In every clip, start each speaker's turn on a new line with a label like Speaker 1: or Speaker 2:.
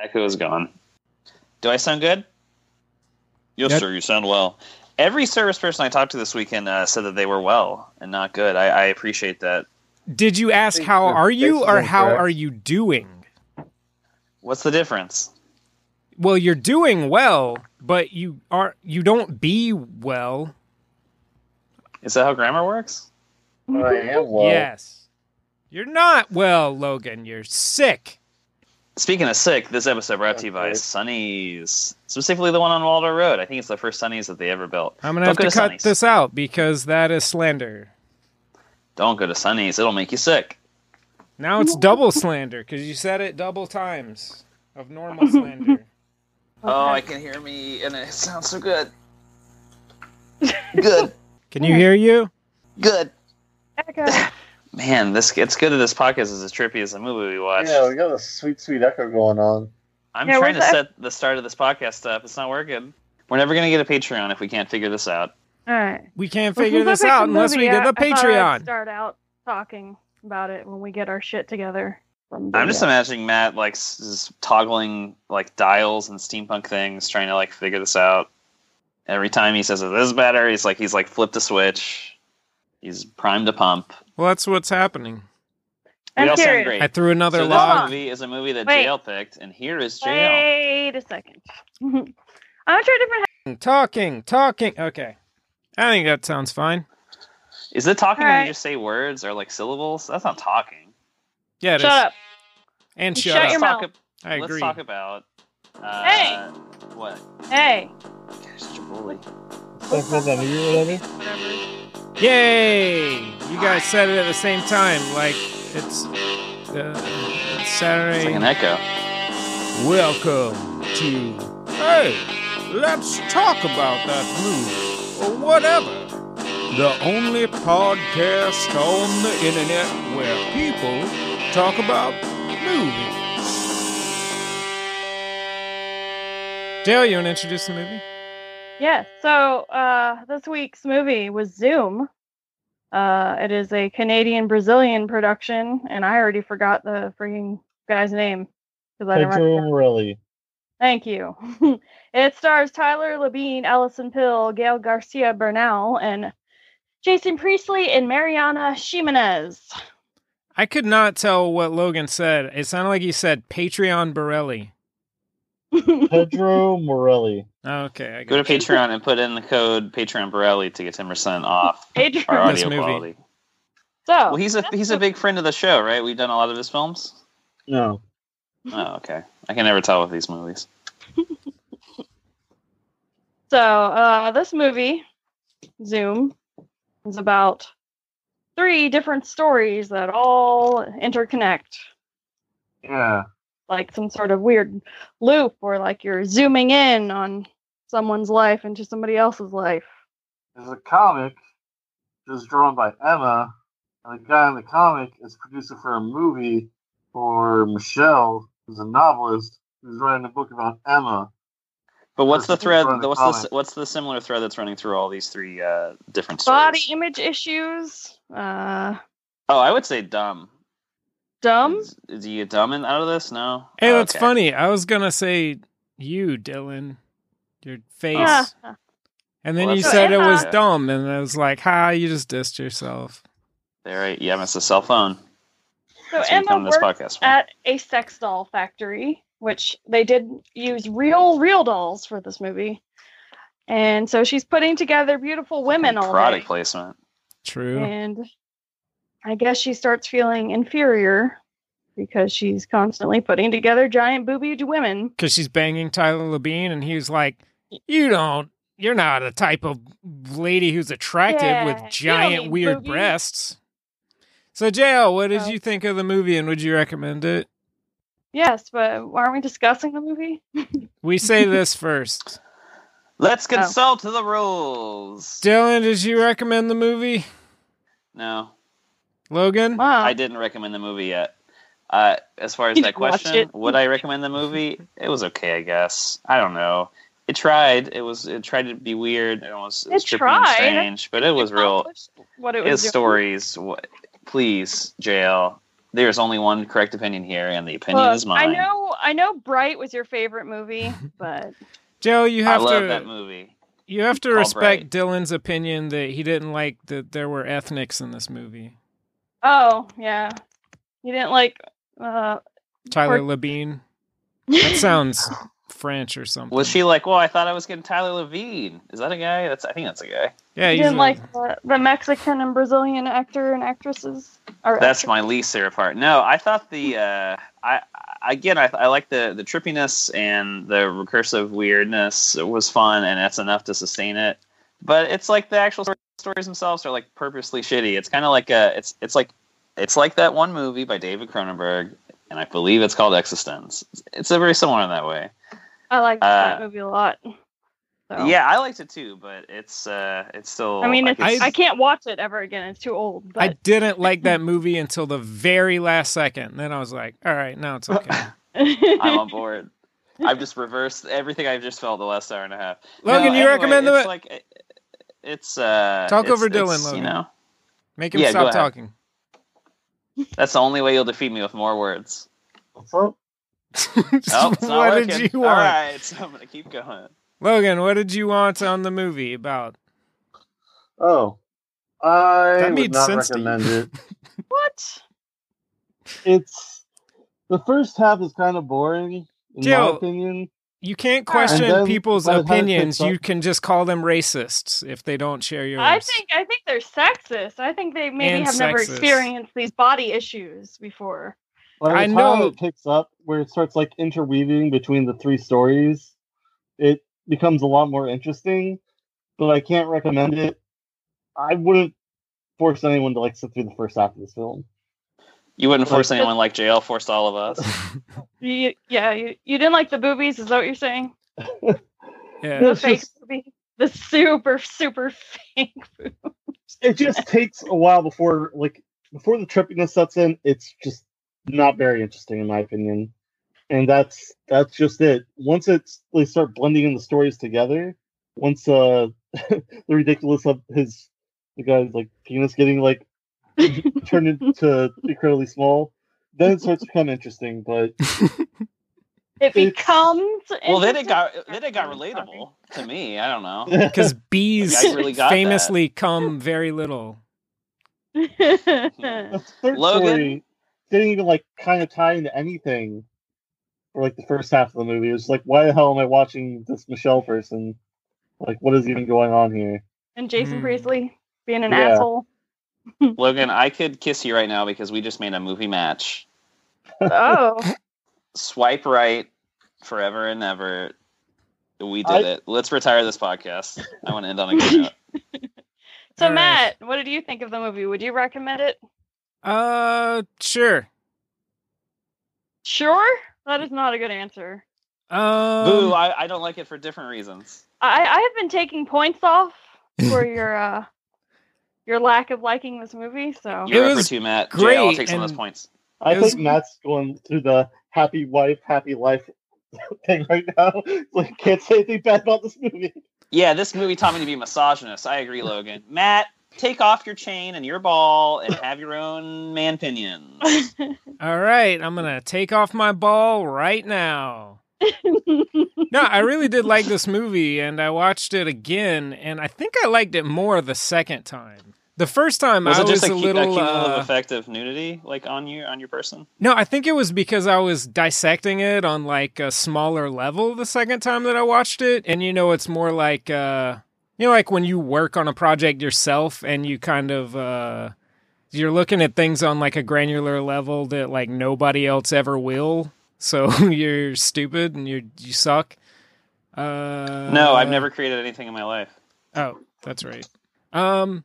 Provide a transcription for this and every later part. Speaker 1: Echo is gone. Do I sound good? Yes,
Speaker 2: Yep.
Speaker 1: sir. You sound well. Every service person I talked to this weekend uh, said that they were well and not good. I, I appreciate that.
Speaker 2: Did you ask
Speaker 3: Thanks
Speaker 2: how
Speaker 3: for-
Speaker 2: are you
Speaker 3: thanks for
Speaker 2: or
Speaker 3: being
Speaker 2: how
Speaker 3: correct.
Speaker 2: are you doing?
Speaker 1: What's the difference?
Speaker 2: Well, you're doing well, but you are you don't be well.
Speaker 1: Is that how grammar works?
Speaker 3: Oh, I am well.
Speaker 2: Yes. You're not well, Logan. You're sick.
Speaker 1: Speaking of sick, this episode brought to you by
Speaker 3: Okay.
Speaker 1: Sunny's, specifically the one on Waldo Road. I think it's the first Sunny's that they ever built.
Speaker 2: I'm going to
Speaker 1: Don't
Speaker 2: have
Speaker 1: go
Speaker 2: to cut
Speaker 1: Sunny's.
Speaker 2: this out because that is slander.
Speaker 1: Don't go to Sunny's; it'll make you sick.
Speaker 2: Now it's double slander because you said it double times of normal slander.
Speaker 1: Oh, I can hear me, and it sounds so good. Good,
Speaker 2: Can you hear you?
Speaker 1: good.
Speaker 4: Echo.
Speaker 1: Man, this it's good that this podcast is as trippy as the movie we watched.
Speaker 3: Yeah, we got a sweet, sweet echo going on.
Speaker 1: I'm
Speaker 4: Yeah,
Speaker 1: trying to
Speaker 4: where's the-
Speaker 1: set the start of this podcast up. It's not working. We're never gonna get a Patreon if we can't figure this out.
Speaker 4: All right.
Speaker 2: We can't figure this out unless we get
Speaker 4: get
Speaker 2: the Patreon.
Speaker 4: Start out talking about it when we get our shit together. from
Speaker 1: I'm just
Speaker 4: the-
Speaker 1: imagining Matt like s- s- toggling like dials and steampunk things, trying to like figure this out. Every time he says this is better, he's like he's like flipped a switch. He's primed to pump.
Speaker 2: Well, that's what's happening.
Speaker 1: We
Speaker 4: I'm
Speaker 1: all sound
Speaker 4: curious.
Speaker 1: great.
Speaker 2: I threw another
Speaker 1: so this
Speaker 2: log.
Speaker 1: movie is a movie that
Speaker 4: Wait.
Speaker 1: JL picked, and here is JL.
Speaker 4: Wait a second. I'm gonna try a different.
Speaker 2: Talking, talking. Okay. I think that sounds fine.
Speaker 1: Is it talking when
Speaker 4: Alright.
Speaker 1: you just say words or like syllables? That's not talking.
Speaker 2: Yeah, it is.
Speaker 4: Shut up.
Speaker 2: And
Speaker 4: You
Speaker 2: shut,
Speaker 4: shut
Speaker 2: up.
Speaker 1: let's
Speaker 4: your
Speaker 1: talk
Speaker 4: mouth.
Speaker 2: I
Speaker 1: let's
Speaker 2: agree.
Speaker 1: talk about uh,
Speaker 4: Hey!
Speaker 1: what?
Speaker 4: Hey.
Speaker 1: God, you're such a bully.
Speaker 3: Like, hold on, are you ready?
Speaker 4: Whatever.
Speaker 2: Yay! You guys said it at the same time. Like, it's uh, it's
Speaker 1: It's like
Speaker 2: Saturday.
Speaker 1: an echo.
Speaker 2: Welcome to. Hey, let's talk about that movie or whatever. The only podcast on the internet where people talk about movies. Dale, you want to introduce the movie?
Speaker 4: Yeah. So uh, this week's movie was Zoom. Uh, it is a Canadian Brazilian production, and I already forgot the freaking guy's name because I didn't write it
Speaker 3: Pedro
Speaker 4: down.
Speaker 3: Morelli.
Speaker 4: Thank you. it stars Tyler Labine, Allison Pill, Gail Garcia Bernal, and Jason Priestley and Mariana Ximenez.
Speaker 2: I could not tell what Logan said. It sounded like he said Patreon Borelli.
Speaker 3: Pedro Morelli.
Speaker 2: Okay, I
Speaker 1: Go
Speaker 2: got
Speaker 1: to Patreon and put in the code Patreon Borelli to get ten percent off our
Speaker 4: Adrian.
Speaker 2: Alright. This
Speaker 1: audio
Speaker 2: movie.
Speaker 1: quality.
Speaker 4: So
Speaker 1: Well, he's a
Speaker 4: that's
Speaker 1: he's a big friend of the show, right? We've done a lot of his films.
Speaker 3: No.
Speaker 1: Oh, okay. I can never tell with these movies.
Speaker 4: So uh, this movie, Zoom, is about three different stories that all interconnect,
Speaker 3: Yeah.
Speaker 4: like some sort of weird loop, or like you're zooming in on someone's life into somebody else's life.
Speaker 3: There's a comic that's drawn by Emma, and the guy in the comic is producer for a movie for Michelle, who's a novelist, who's writing a book about Emma.
Speaker 1: But what's the
Speaker 3: Versus
Speaker 1: thread?
Speaker 3: Veronica
Speaker 1: What's the
Speaker 3: Comic.
Speaker 1: what's the similar thread that's running through all these three uh, different stories?
Speaker 4: Body image issues. Uh,
Speaker 1: Oh, I would say dumb.
Speaker 4: dumb.
Speaker 1: Is- do you get dumb in- out of this? No.
Speaker 2: Hey,
Speaker 1: Oh,
Speaker 2: that's
Speaker 1: okay.
Speaker 2: funny. I was gonna say you, Dylan, your face,
Speaker 4: Yeah.
Speaker 2: and then
Speaker 1: Well,
Speaker 2: you
Speaker 1: that's-
Speaker 2: said it
Speaker 4: So,
Speaker 2: was
Speaker 1: Emma-
Speaker 2: dumb, and I was like, "Ha, you just dissed yourself."
Speaker 1: There, right? Yeah, it's a cell phone.
Speaker 4: So
Speaker 1: That's what we
Speaker 4: Emma
Speaker 1: come to this
Speaker 4: works
Speaker 1: podcast for.
Speaker 4: at a sex doll factory, which they did use real, real dolls for this movie. And so she's putting together beautiful women all
Speaker 1: Product
Speaker 4: day.
Speaker 1: placement.
Speaker 2: True.
Speaker 4: And I guess she starts feeling inferior because she's constantly putting together giant boobied women.
Speaker 2: Because she's banging Tyler Labine, and he was like, "You don't. You're not a type of lady who's attractive
Speaker 4: Yeah, you
Speaker 2: with
Speaker 4: don't
Speaker 2: giant
Speaker 4: need
Speaker 2: weird
Speaker 4: boobies."
Speaker 2: breasts." So, JL, what did
Speaker 4: Oh.
Speaker 2: you think of the movie, and would you recommend it?
Speaker 4: Yes, but aren't we discussing the movie?
Speaker 2: We say this first.
Speaker 1: Let's
Speaker 4: Oh.
Speaker 1: consult the rules.
Speaker 2: Dylan, did you recommend the movie?
Speaker 1: No,
Speaker 2: Logan?
Speaker 4: Wow.
Speaker 1: I didn't recommend the movie yet. Uh, as far as
Speaker 4: Oh. You
Speaker 1: that
Speaker 4: didn't watch
Speaker 1: question,
Speaker 4: it.
Speaker 1: would I recommend the movie? It was okay, I guess. I don't know. It tried. It was. It tried to be weird. It was. It, was
Speaker 4: It
Speaker 1: trippy and
Speaker 4: tried.
Speaker 1: strange, but it was real.
Speaker 4: What it was
Speaker 1: His
Speaker 4: doing.
Speaker 1: stories. wha- Please, JL. there is only one correct opinion here, and the opinion
Speaker 4: Look,
Speaker 1: is mine.
Speaker 4: I know, I know. Bright was your favorite movie, but
Speaker 2: Joe, you
Speaker 1: I
Speaker 2: have
Speaker 1: love
Speaker 2: to
Speaker 1: that movie.
Speaker 2: you have to
Speaker 1: All
Speaker 2: respect
Speaker 1: right.
Speaker 2: Dylan's opinion that he didn't like that there were ethnics in this movie.
Speaker 4: oh yeah, you didn't like. Uh,
Speaker 2: Tyler
Speaker 4: Or-
Speaker 2: Labine. That sounds French or something.
Speaker 1: Was she like, well, I thought I was getting Tyler Levine. Is that a guy? That's I think that's a guy.
Speaker 2: Yeah,
Speaker 4: you
Speaker 2: he's
Speaker 4: didn't
Speaker 2: a-
Speaker 4: like the, the Mexican and Brazilian actor and actresses. Or
Speaker 1: That's
Speaker 4: actors?
Speaker 1: my least favorite part. No, I thought the uh, I I- again I, I like the the trippiness and the recursive weirdness was fun, and that's enough to sustain it. But it's like the actual story, stories themselves are like purposely shitty. It's kind of like a it's it's like it's like that one movie by David Cronenberg, and I believe it's called Existence. It's a very similar in that way.
Speaker 4: I liked that
Speaker 1: uh,
Speaker 4: movie a lot. So.
Speaker 1: Yeah, I liked it too, but it's uh it's still.
Speaker 4: I mean, it's,
Speaker 2: I-
Speaker 4: I, can't watch it ever again. It's too old.
Speaker 2: I
Speaker 4: But
Speaker 2: didn't like that movie until the very last second. Then I was like, all right, now it's okay.
Speaker 1: I'm on board. I've just reversed everything I've just felt the last hour and a half. No,
Speaker 2: Logan, you
Speaker 1: anyway,
Speaker 2: recommend the
Speaker 1: it's like it- it's uh
Speaker 2: Talk
Speaker 1: it's-
Speaker 2: over Dylan,
Speaker 1: it's,
Speaker 2: Logan.
Speaker 1: You know,
Speaker 2: make him
Speaker 1: yeah, go
Speaker 2: stop
Speaker 1: ahead.
Speaker 2: talking.
Speaker 1: that's the only way you'll defeat me with more words.
Speaker 3: What's up?
Speaker 1: Oh, it's not
Speaker 2: what
Speaker 1: working.
Speaker 2: did you
Speaker 1: All
Speaker 2: want,
Speaker 1: right, so I'm gonna keep going.
Speaker 2: Logan? What did you want on the movie about?
Speaker 3: Oh, I
Speaker 2: That made
Speaker 3: would not
Speaker 2: sense to you.
Speaker 3: recommend it.
Speaker 4: what?
Speaker 3: It's the first half is kind of boring, in
Speaker 2: Jill,
Speaker 3: my opinion.
Speaker 2: You can't question
Speaker 3: And then
Speaker 2: people's
Speaker 3: by the time it
Speaker 2: opinions.
Speaker 3: picks up-
Speaker 2: You can just call them racists if they don't share yours.
Speaker 4: I think I think they're sexist. I think they maybe
Speaker 2: And
Speaker 4: have never
Speaker 2: sexist.
Speaker 4: experienced these body issues before.
Speaker 3: By the
Speaker 2: I
Speaker 3: time
Speaker 2: know-
Speaker 3: it picks up, where it starts like interweaving between the three stories, it becomes a lot more interesting. But I can't recommend it. I wouldn't force anyone to like sit through the first half of this film.
Speaker 1: You wouldn't
Speaker 3: Like-
Speaker 1: force anyone like JL forced all of us.
Speaker 4: You, yeah, you, you didn't like the boobies. Is that what you're saying?
Speaker 2: Yeah.
Speaker 4: The
Speaker 3: It's
Speaker 4: fake
Speaker 3: just-
Speaker 4: boobies. The super super fake. boob-
Speaker 3: It just takes a while before like before the trippiness sets in. It's just not very interesting in my opinion, and that's that's just it. Once it's they start blending in the stories together, once uh the ridiculous of his the guy's like penis getting like turned into incredibly small, then it starts to become interesting. But
Speaker 4: It
Speaker 3: It's-
Speaker 4: becomes.
Speaker 1: Well, then it
Speaker 4: interesting.
Speaker 1: got then it got relatable to me. I don't know.
Speaker 2: Because bees
Speaker 1: I really got that.
Speaker 2: famously come very little.
Speaker 3: the third
Speaker 1: Logan?
Speaker 3: story didn't even like kind of tie into anything for like the first half of the movie. It was like, why the hell am I watching this Michelle person? Like, what is even going on here?
Speaker 4: and Jason
Speaker 2: Hmm.
Speaker 4: Priestley being an
Speaker 3: Yeah.
Speaker 4: asshole.
Speaker 1: Logan, I could kiss you right now because we just made a movie match.
Speaker 4: Oh,
Speaker 1: Swipe right, forever and ever. We did
Speaker 3: I-
Speaker 1: it. Let's retire this podcast. I want to end on a good note.
Speaker 4: so
Speaker 2: All right.
Speaker 4: Matt, what did you think of the movie? Would you recommend it?
Speaker 2: Uh, sure.
Speaker 4: Sure. That is not a good answer.
Speaker 2: Um,
Speaker 1: Boo! I, I don't like it for different reasons.
Speaker 4: I, I have been taking points off for your uh your lack of liking this movie. So
Speaker 1: You're up for
Speaker 2: was
Speaker 1: two, Matt.
Speaker 2: great,
Speaker 1: JL takes some of those
Speaker 2: and-
Speaker 1: points.
Speaker 3: I
Speaker 2: It was-
Speaker 3: think Matt's going through the happy wife, happy life thing right now. It's like, can't say anything bad about this movie.
Speaker 1: Yeah, this movie taught me to be a misogynist. I agree, Logan. Matt, take off your chain and your ball and have your own man pinions.
Speaker 2: All right, I'm gonna take off my ball right now. no, I really did like this movie, and I watched it again, and I think I liked it more the second time. The first time
Speaker 1: Was
Speaker 2: I
Speaker 1: it just
Speaker 2: was
Speaker 1: a, cu-
Speaker 2: a
Speaker 1: a
Speaker 2: little
Speaker 1: cumulative
Speaker 2: uh,
Speaker 1: effect of nudity, like on you, on your person?
Speaker 2: No, I think it was because I was dissecting it on like a smaller level the second time that I watched it. And you know, it's more like, uh, you know, like when you work on a project yourself and you kind of, uh, you're looking at things on like a granular level that like nobody else ever will. So you're stupid and you you suck. Uh,
Speaker 1: no, I've never created anything in my life.
Speaker 2: Oh, that's right. Um,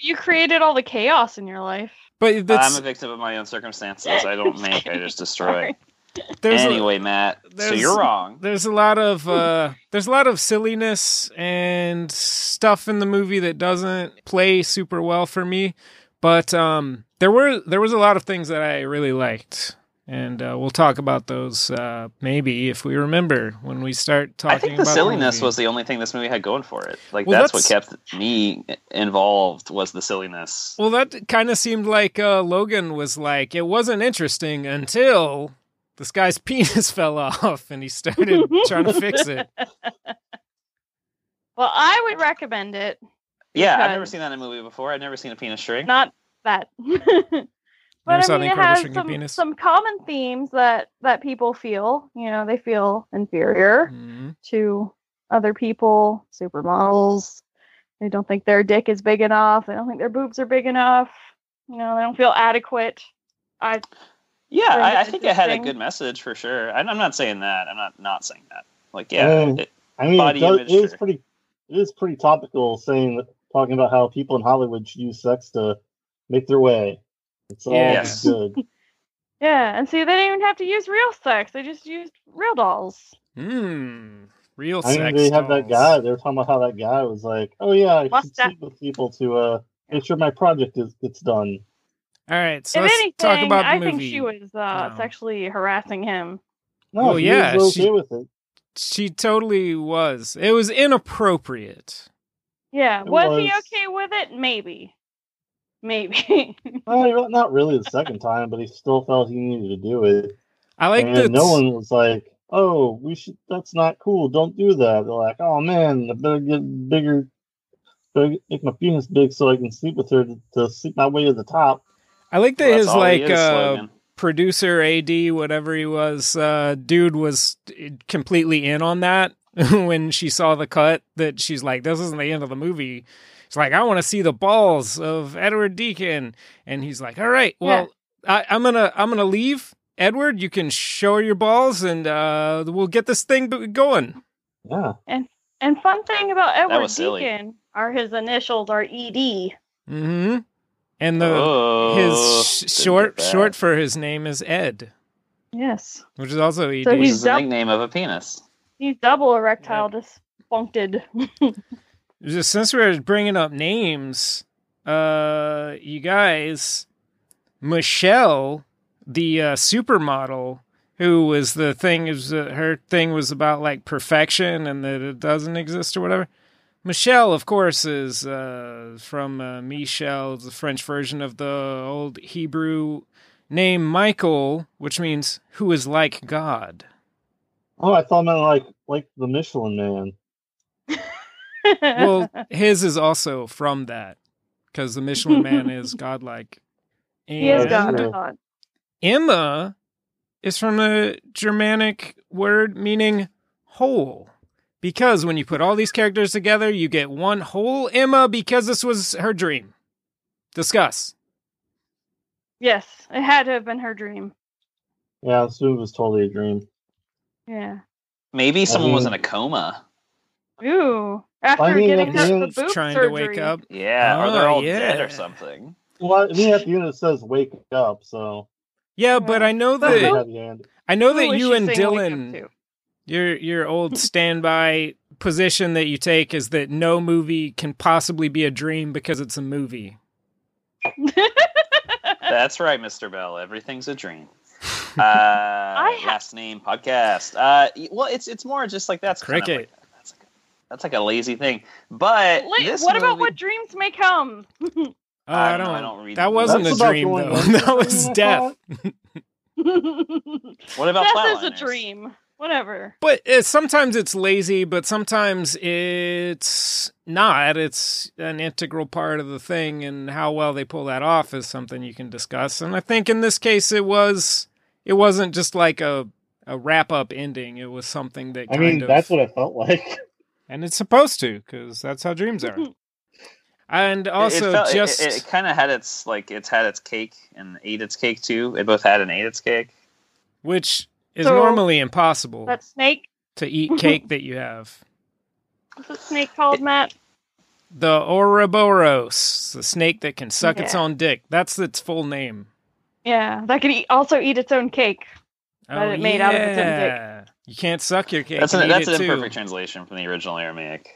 Speaker 4: you created all the chaos in your life.
Speaker 2: but that's,
Speaker 1: I'm a victim of my own circumstances. I don't make. I just destroy.
Speaker 4: Sorry.
Speaker 2: there's a-
Speaker 1: anyway, Matt. So
Speaker 2: there's-
Speaker 1: you're wrong.
Speaker 2: there's a lot of uh, there's a lot of silliness and stuff in the movie that doesn't play super well for me, but um, there were there was a lot of things that I really liked. and uh, we'll talk about those uh, maybe if we remember when we start talking.
Speaker 1: I think the
Speaker 2: about
Speaker 1: silliness
Speaker 2: movie.
Speaker 1: was the only thing this movie had going for it. Like
Speaker 2: Well,
Speaker 1: that's, what kept me involved was the silliness.
Speaker 2: Well, that kind of seemed like uh, Logan was like it wasn't interesting until this guy's penis fell off and he started trying to fix it.
Speaker 4: Well, I would recommend it.
Speaker 1: yeah, I've
Speaker 4: because-
Speaker 1: never seen that in a movie before. I've never seen a penis shrink.
Speaker 4: Not that. but
Speaker 2: Never saw
Speaker 4: I
Speaker 2: an
Speaker 4: mean, it
Speaker 2: incredible
Speaker 4: has
Speaker 2: shrinking
Speaker 4: some,
Speaker 2: penis.
Speaker 4: some common themes that, that people feel. You know, they feel inferior
Speaker 2: Mhm.
Speaker 4: to other people, supermodels. They don't think their dick is big enough. They don't think their boobs are big enough. You know, they don't feel adequate. I
Speaker 1: yeah,
Speaker 4: Very
Speaker 1: I, I think it had a
Speaker 4: interesting.
Speaker 1: good message for sure. I, I'm not saying that. I'm not not saying that. Like yeah,
Speaker 2: Oh.
Speaker 3: Mm.
Speaker 1: it-
Speaker 3: I mean,
Speaker 1: Body
Speaker 3: it, does,
Speaker 1: image
Speaker 3: it is
Speaker 1: or-
Speaker 3: pretty. It is pretty topical saying that talking about how people in Hollywood use sex to make their way. It's all
Speaker 2: Yes.
Speaker 3: good.
Speaker 4: yeah, and see, they didn't even have to use real sex. They just used real dolls.
Speaker 2: Hmm. Real
Speaker 3: I mean,
Speaker 2: sex.
Speaker 3: they had that guy.
Speaker 2: dolls.
Speaker 3: They were talking about how that guy was like, "Oh yeah, I
Speaker 4: What's
Speaker 3: should
Speaker 4: that?
Speaker 3: sleep with people to uh, make sure my project is gets done."
Speaker 2: All right, so
Speaker 4: if
Speaker 2: let's
Speaker 4: anything,
Speaker 2: talk about the
Speaker 4: I
Speaker 2: movie.
Speaker 4: think she was uh,
Speaker 2: No.
Speaker 4: sexually harassing him.
Speaker 3: No,
Speaker 2: Well,
Speaker 3: he
Speaker 2: yeah,
Speaker 3: was
Speaker 2: she-
Speaker 3: okay with it.
Speaker 2: She totally was. It was inappropriate.
Speaker 4: Yeah,
Speaker 3: It
Speaker 4: was, he
Speaker 3: was.
Speaker 4: okay with it? Maybe, maybe.
Speaker 3: Well, he- not really the second time, but he still felt he needed to do it.
Speaker 2: I like
Speaker 3: and
Speaker 2: that.
Speaker 3: no one was like, "Oh, we should. That's not cool. Don't do that." They're like, "Oh man, I better get bigger, better make my penis big so I can sleep with her to, to sleep my way to the top."
Speaker 2: I like that
Speaker 1: well, that's
Speaker 2: his
Speaker 1: all he
Speaker 2: like
Speaker 1: is,
Speaker 2: uh,
Speaker 1: Logan.
Speaker 2: producer, AD, whatever he was, uh, dude was eh, completely in on that when she saw the cut. That she's like, "This isn't the end of the movie." She's like, "I want to see the balls of Edward Deacon," and he's like, "All right, well, I, I'm gonna I'm gonna leave." Edward, you can show her your balls, and uh, we'll get this thing b- going.
Speaker 3: Yeah,
Speaker 4: and fun thing about Edward
Speaker 1: was silly.
Speaker 4: Deacon are his initials are E ED.
Speaker 2: hmm And the
Speaker 1: oh,
Speaker 2: his
Speaker 1: didn't
Speaker 2: sh- short
Speaker 1: get that.
Speaker 2: short for his name is Ed,
Speaker 4: Yes,
Speaker 2: which is also E ED.
Speaker 4: So
Speaker 1: which
Speaker 4: he's
Speaker 1: is the
Speaker 4: dumb.
Speaker 1: nickname of a penis.
Speaker 4: he's double erectile dysfuncted.
Speaker 2: Just since we're bringing up names, uh, you guys, Michelle, the uh, supermodel, who was the thing is uh, her thing was about like perfection and that it doesn't exist or whatever. Michelle, of course, is uh, from uh, Michel, the French version of the old Hebrew name Michael, which means who is like God.
Speaker 3: Oh, I thought I meant like like the Michelin Man.
Speaker 2: well, his is also from that because the Michelin Man is godlike.
Speaker 4: he is
Speaker 2: And
Speaker 3: Yeah,
Speaker 4: God.
Speaker 3: sure.
Speaker 4: God.
Speaker 2: Emma is from a Germanic word meaning whole. Because when you put all these characters together, you get one whole Emma because this was her dream. Discuss.
Speaker 4: Yes, it had to have been her dream.
Speaker 3: Yeah, this movie was totally a dream.
Speaker 4: Yeah.
Speaker 1: Maybe someone was in
Speaker 3: mean-
Speaker 1: a coma.
Speaker 4: Ooh. After
Speaker 3: I mean,
Speaker 4: getting
Speaker 3: at
Speaker 4: her
Speaker 3: the
Speaker 4: the
Speaker 3: end-
Speaker 4: boob
Speaker 2: trying
Speaker 4: surgery.
Speaker 2: to wake up.
Speaker 1: Yeah, or they're
Speaker 2: Oh,
Speaker 1: all dead
Speaker 2: yeah.
Speaker 1: or something.
Speaker 3: Well, I mean, at the end it says "wake up," so
Speaker 2: Yeah, but I know
Speaker 4: But
Speaker 3: that's
Speaker 4: who-
Speaker 2: that
Speaker 3: the end.
Speaker 2: I know
Speaker 4: Who
Speaker 2: that
Speaker 4: is
Speaker 2: you
Speaker 4: she
Speaker 2: and
Speaker 4: saying wake up
Speaker 2: Dylan
Speaker 4: to?
Speaker 2: Your your old standby position that you take is that no movie can possibly be a dream because it's a movie.
Speaker 1: That's right, Mr. Bell. Everything's a dream. Uh,
Speaker 4: ha-
Speaker 1: last name podcast. Uh, y- well, it's it's more just like that's kind of
Speaker 2: Cricket.
Speaker 1: like- that's, like, that's like a lazy thing. But
Speaker 4: Wait,
Speaker 1: Eh, this
Speaker 4: what about
Speaker 1: movie-
Speaker 4: what dreams may come?
Speaker 2: Oh,
Speaker 1: I
Speaker 2: I
Speaker 1: don't
Speaker 2: don't.
Speaker 1: know, I don't read
Speaker 2: that
Speaker 1: books.
Speaker 2: wasn't
Speaker 3: That's
Speaker 2: a
Speaker 3: about
Speaker 2: dream
Speaker 3: going
Speaker 2: though.
Speaker 3: on.
Speaker 2: That was
Speaker 3: I
Speaker 2: death.
Speaker 3: thought.
Speaker 4: Death
Speaker 1: What about
Speaker 4: is a
Speaker 1: Flatliners?
Speaker 4: dream. Whatever.
Speaker 2: But uh, sometimes it's lazy, but sometimes it's not. It's an integral part of the thing, and how well they pull that off is something you can discuss. And I think in this case, it was. It wasn't just like a a wrap up ending. It was something that.
Speaker 3: I
Speaker 2: Kind
Speaker 3: mean,
Speaker 2: of,
Speaker 3: that's what I felt like.
Speaker 2: and it's supposed to because that's how dreams are and
Speaker 1: Mm-hmm. It- it
Speaker 2: also
Speaker 1: felt- it-
Speaker 2: just
Speaker 1: it, it, kind of had its like it's had its cake and ate its cake too. It both had and ate its cake.
Speaker 2: which is
Speaker 4: So-
Speaker 2: normally impossible
Speaker 4: That snake.
Speaker 2: to eat cake that you have
Speaker 4: What's that snake called, Matt?
Speaker 2: the Ouroboros, the snake that can suck its
Speaker 4: Yeah.
Speaker 2: own dick. That's its full name.
Speaker 4: Yeah, that could eat, also eat its own cake. That
Speaker 2: oh,
Speaker 4: it made out of its own dick.
Speaker 2: yeah. You can't suck your cake.
Speaker 1: That's
Speaker 2: and
Speaker 1: an
Speaker 2: eat
Speaker 1: that's
Speaker 2: it
Speaker 1: an
Speaker 2: too.
Speaker 1: imperfect translation from the original Aramaic.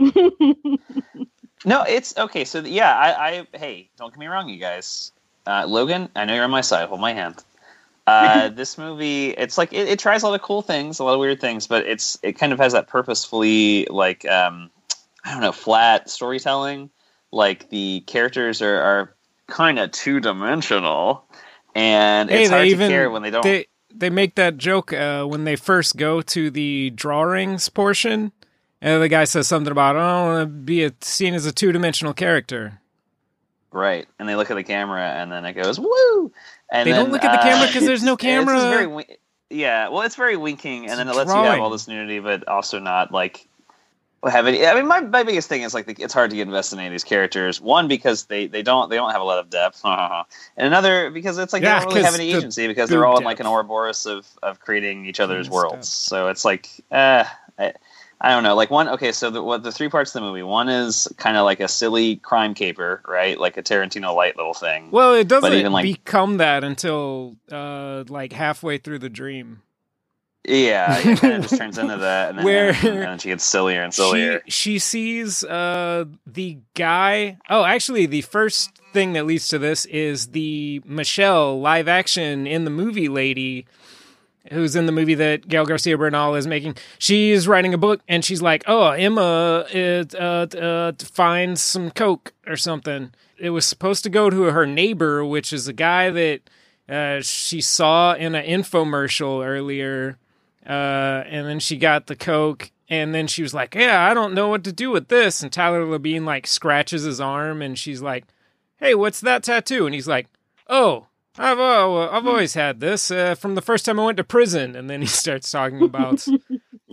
Speaker 4: yeah,
Speaker 1: No, it's okay. So th- yeah, I, I hey, don't get me wrong, you guys. Uh, Logan, I know you're on my side. Hold my hand. Uh, this movie, it's like it, it tries a lot of cool things, a lot of weird things, but it's it kind of has that purposefully like um, I don't know flat storytelling. Like the characters are, are kind of two dimensional, and
Speaker 2: Hey,
Speaker 1: it's
Speaker 2: they
Speaker 1: hard
Speaker 2: even-
Speaker 1: to care when they don't.
Speaker 2: They they make that joke uh, when they first go to the drawings portion, and the guy says something about, "Oh, "I don't want to be a, seen as a two dimensional character."
Speaker 1: Right, and they look at the camera, and then it goes woo. And
Speaker 2: They
Speaker 1: then,
Speaker 2: don't
Speaker 1: uh,
Speaker 2: look at the camera 'cause
Speaker 1: it's-
Speaker 2: there's no
Speaker 1: it's just
Speaker 2: camera.
Speaker 1: very win- yeah, well, it's very winking,
Speaker 2: It's
Speaker 1: and then it lets you have
Speaker 2: drawing.
Speaker 1: all this nudity, but also not like have any. I mean, my, my biggest thing is like the, it's hard to get invested in any of these characters. One because they they don't they don't have a lot of depth, and another because it's like
Speaker 2: Yeah,
Speaker 1: they don't really have
Speaker 2: 'cause
Speaker 1: any
Speaker 2: the
Speaker 1: agency because they're
Speaker 2: boob
Speaker 1: all in like an
Speaker 2: depth.
Speaker 1: Ouroboros of of creating each other's
Speaker 2: Messed
Speaker 1: worlds.
Speaker 2: up.
Speaker 1: So it's like uh, I, I don't know. Like one, okay, so the what the three parts of the movie. One is kind of like a silly crime caper, right? Like a Tarantino light little thing.
Speaker 2: Well, it doesn't
Speaker 1: even, like-
Speaker 2: become that until uh, like halfway through the dream.
Speaker 1: Yeah, it kind of just turns into that, and then,
Speaker 2: Where-
Speaker 1: and, then she gets sillier and sillier.
Speaker 2: She, she sees uh, the guy. Oh, actually, the first thing that leads to this is the Michelle live action in the movie lady who's in the movie that Gail Garcia Bernal is making. She's writing a book and she's like, oh, Emma it, uh, uh, finds some Coke or something. It was supposed to go to her neighbor, which is a guy that uh, she saw in an infomercial earlier. Uh, and then she got the Coke. And then she was like, yeah, I don't know what to do with this. And Tyler Labine like scratches his arm and she's like, hey, what's that tattoo? And he's like, oh, I've uh, I've always had this uh, from the first time I went to prison, and then he starts talking about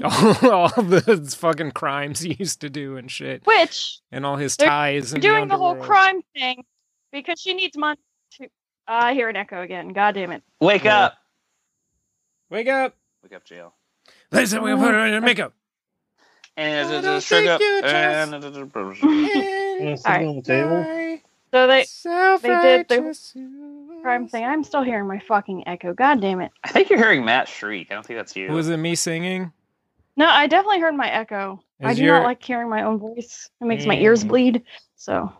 Speaker 2: all, all the fucking crimes he used to do and shit,
Speaker 4: Which
Speaker 2: and all his
Speaker 4: They're-
Speaker 2: ties.
Speaker 4: you're
Speaker 2: and
Speaker 4: doing the whole
Speaker 2: underworld.
Speaker 4: crime thing because she needs money to. ah, I hear an echo again. God damn it.
Speaker 1: Wake
Speaker 2: Yeah.
Speaker 1: up!
Speaker 2: Wake up!
Speaker 1: Wake up, jail.
Speaker 2: Listen, we put on your makeup.
Speaker 1: And
Speaker 2: I
Speaker 1: it
Speaker 2: don't
Speaker 1: just shook
Speaker 2: think
Speaker 1: up.
Speaker 2: you just-
Speaker 1: And
Speaker 2: And
Speaker 4: Alright.
Speaker 3: on the table.
Speaker 4: So they
Speaker 2: they
Speaker 4: did crime thing. I'm still hearing my fucking echo. God damn it.
Speaker 1: I think you're hearing Matt shriek. I don't think that's you.
Speaker 2: Was it me singing?
Speaker 4: No, I definitely heard my echo. I
Speaker 2: Is
Speaker 4: do
Speaker 2: your-
Speaker 4: not like hearing my own voice. It makes my ears
Speaker 2: Mm.
Speaker 4: bleed. So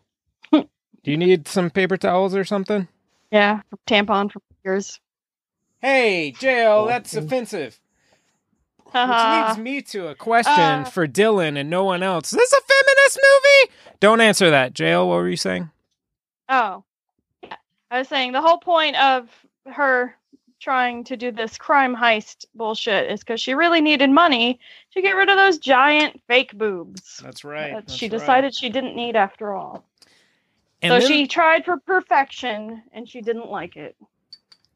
Speaker 2: Do you need some paper towels or something?
Speaker 4: yeah, tampon for my ears.
Speaker 2: Hey, jail.
Speaker 3: Oh.
Speaker 2: That's offensive. Which
Speaker 1: Uh-huh.
Speaker 4: Haha.
Speaker 2: leads me to a question
Speaker 4: Uh,
Speaker 2: for Dylan and no one else. Is this a feminist movie? Don't answer that, Jail. What were you saying?
Speaker 4: Oh. Yeah. I was saying the whole point of her trying to do this crime heist bullshit is because she really needed money to get rid of those giant fake boobs
Speaker 2: That's
Speaker 4: that she decided she didn't need after all.
Speaker 2: and
Speaker 4: so
Speaker 2: then-
Speaker 4: she tried for perfection and she didn't like it.
Speaker 1: yeah,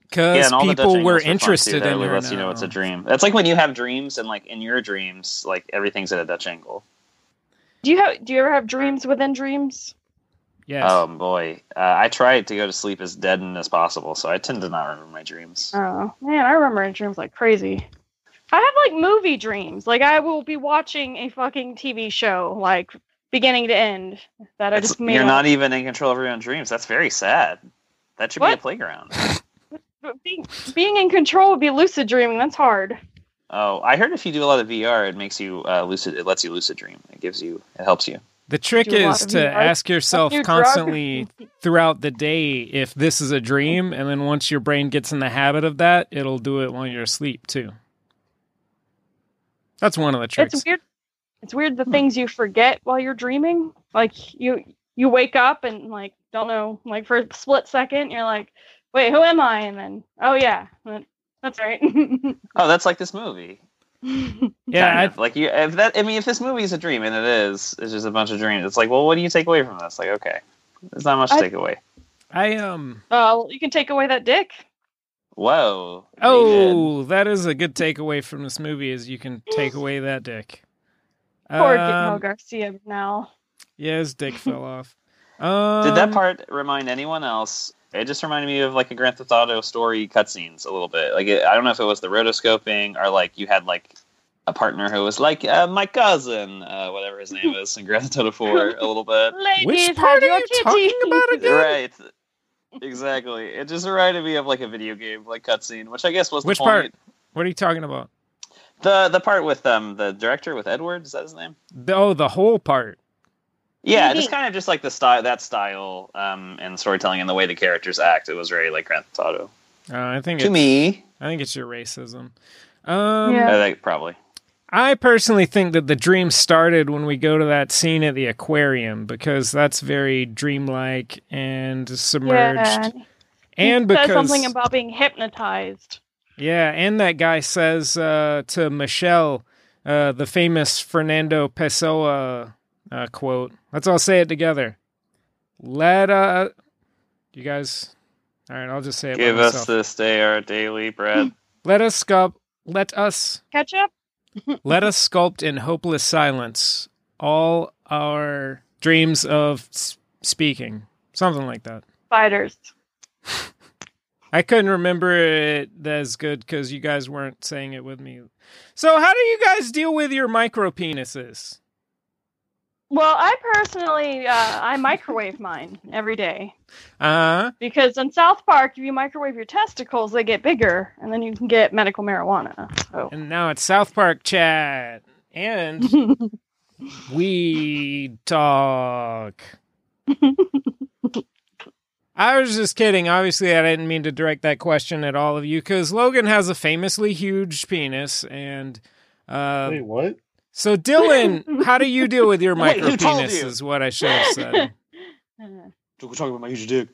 Speaker 2: because
Speaker 1: and all the Dutch
Speaker 2: people were
Speaker 1: angles fun, too.
Speaker 2: interested
Speaker 1: That
Speaker 2: in her.
Speaker 1: lets you know
Speaker 2: now.
Speaker 1: it's a dream. That's like when you have dreams, and like in your dreams, like everything's at a Dutch angle.
Speaker 4: Do you have do you ever have dreams within dreams?
Speaker 2: Yes.
Speaker 1: Oh boy, uh, I try to go to sleep as deadened as possible, so I tend to not remember my dreams.
Speaker 4: Oh man, I remember dreams like crazy. I have like movie dreams. Like I will be watching a fucking TV show, like beginning to end. That I
Speaker 1: It's-
Speaker 4: just made
Speaker 1: you're
Speaker 4: up.
Speaker 1: not even in control of your own dreams. That's very sad. That should be a
Speaker 4: What?
Speaker 1: playground.
Speaker 4: But being, being in control would be lucid dreaming. That's hard.
Speaker 1: Oh, I heard if you do a lot of VR, it makes you uh, lucid. It lets you lucid dream. It gives you. It helps you.
Speaker 2: the trick
Speaker 4: Do a lot
Speaker 2: is
Speaker 4: of
Speaker 2: to
Speaker 4: VR.
Speaker 2: ask yourself
Speaker 4: New drug.
Speaker 2: constantly throughout the day if this is a dream, and then once your brain gets in the habit of that, it'll do it while you're asleep too. That's one of the tricks.
Speaker 4: It's weird. It's weird the things you forget while you're dreaming. Like you you wake up and like don't know like for a split second you're like, wait, who am I? And then oh yeah, that- that's right.
Speaker 1: Oh, that's like this movie.
Speaker 2: yeah,
Speaker 1: kind
Speaker 2: I
Speaker 1: of. like you. If that, I mean, if this movie is a dream, and it is, it's just a bunch of dreams. It's like, well, what do you take away from this? Like, okay, there's not much to
Speaker 4: I-
Speaker 1: take away.
Speaker 2: I um
Speaker 4: Oh, you can take away that dick.
Speaker 1: Whoa. they did.
Speaker 2: Oh, that is a good takeaway from this movie is you can take away that dick.
Speaker 4: Poor Gael
Speaker 2: Um,
Speaker 4: Garcia now.
Speaker 2: yeah, his dick fell off. Um,
Speaker 1: Did that part remind anyone else? It just reminded me of like a Grand Theft Auto story cutscenes a little bit. Like it, I don't know if it was the rotoscoping or like you had like a partner who was like uh, my cousin, uh, whatever his name is, in Grand Theft Auto Four a little bit.
Speaker 4: Ladies,
Speaker 2: Which
Speaker 4: have
Speaker 2: part are
Speaker 4: your
Speaker 2: you talking
Speaker 4: titties.
Speaker 2: about again?
Speaker 1: Right. Exactly. It just reminded me of like a video game like cutscene, which I guess was the
Speaker 2: Which
Speaker 1: point.
Speaker 2: part? What are you talking about?
Speaker 1: The the part with um the director with Edward is that his name?
Speaker 2: The, oh, the whole part.
Speaker 1: Yeah,
Speaker 4: Maybe.
Speaker 1: just kind of just like the style that style um and storytelling and the way the characters act. It was very like Grand Theft Auto.
Speaker 2: Uh, I think
Speaker 1: to
Speaker 2: it's,
Speaker 1: me.
Speaker 2: I think it's your racism. Um,
Speaker 4: Yeah.
Speaker 1: I think probably.
Speaker 2: I personally think that the dream started when we go to that scene at the aquarium because that's very dreamlike and submerged.
Speaker 4: Yeah.
Speaker 2: and
Speaker 4: he
Speaker 2: because
Speaker 4: says something about being hypnotized.
Speaker 2: yeah, and that guy says uh, to Michelle uh, the famous Fernando Pessoa uh, quote. Let's all say it together. Let uh, you guys. All right, I'll just say it. by
Speaker 1: Give us
Speaker 2: myself.
Speaker 1: this day our daily bread.
Speaker 2: Let us sculpt. Let us
Speaker 4: Ketchup?
Speaker 2: Let us sculpt in hopeless silence all our dreams of s- speaking. Something like that.
Speaker 4: Spiders.
Speaker 2: I couldn't remember it as good because you guys weren't saying it with me. So, how do you guys deal with your micro penises?
Speaker 4: Well, I personally, uh, I microwave mine every day
Speaker 2: Uh,
Speaker 4: because in South Park, if you microwave your testicles, they get bigger, and then you can get medical marijuana. So
Speaker 2: and now it's South Park chat and we talk. I was just kidding. Obviously, I didn't mean to direct that question at all of you because Logan has a famously huge penis, and uh,
Speaker 3: Wait, what?
Speaker 2: so Dylan, how do you deal with your
Speaker 1: Wait,
Speaker 2: micro
Speaker 1: who told
Speaker 2: penis?
Speaker 1: you?
Speaker 2: Is what I should have said.
Speaker 3: We're talking about my huge dick.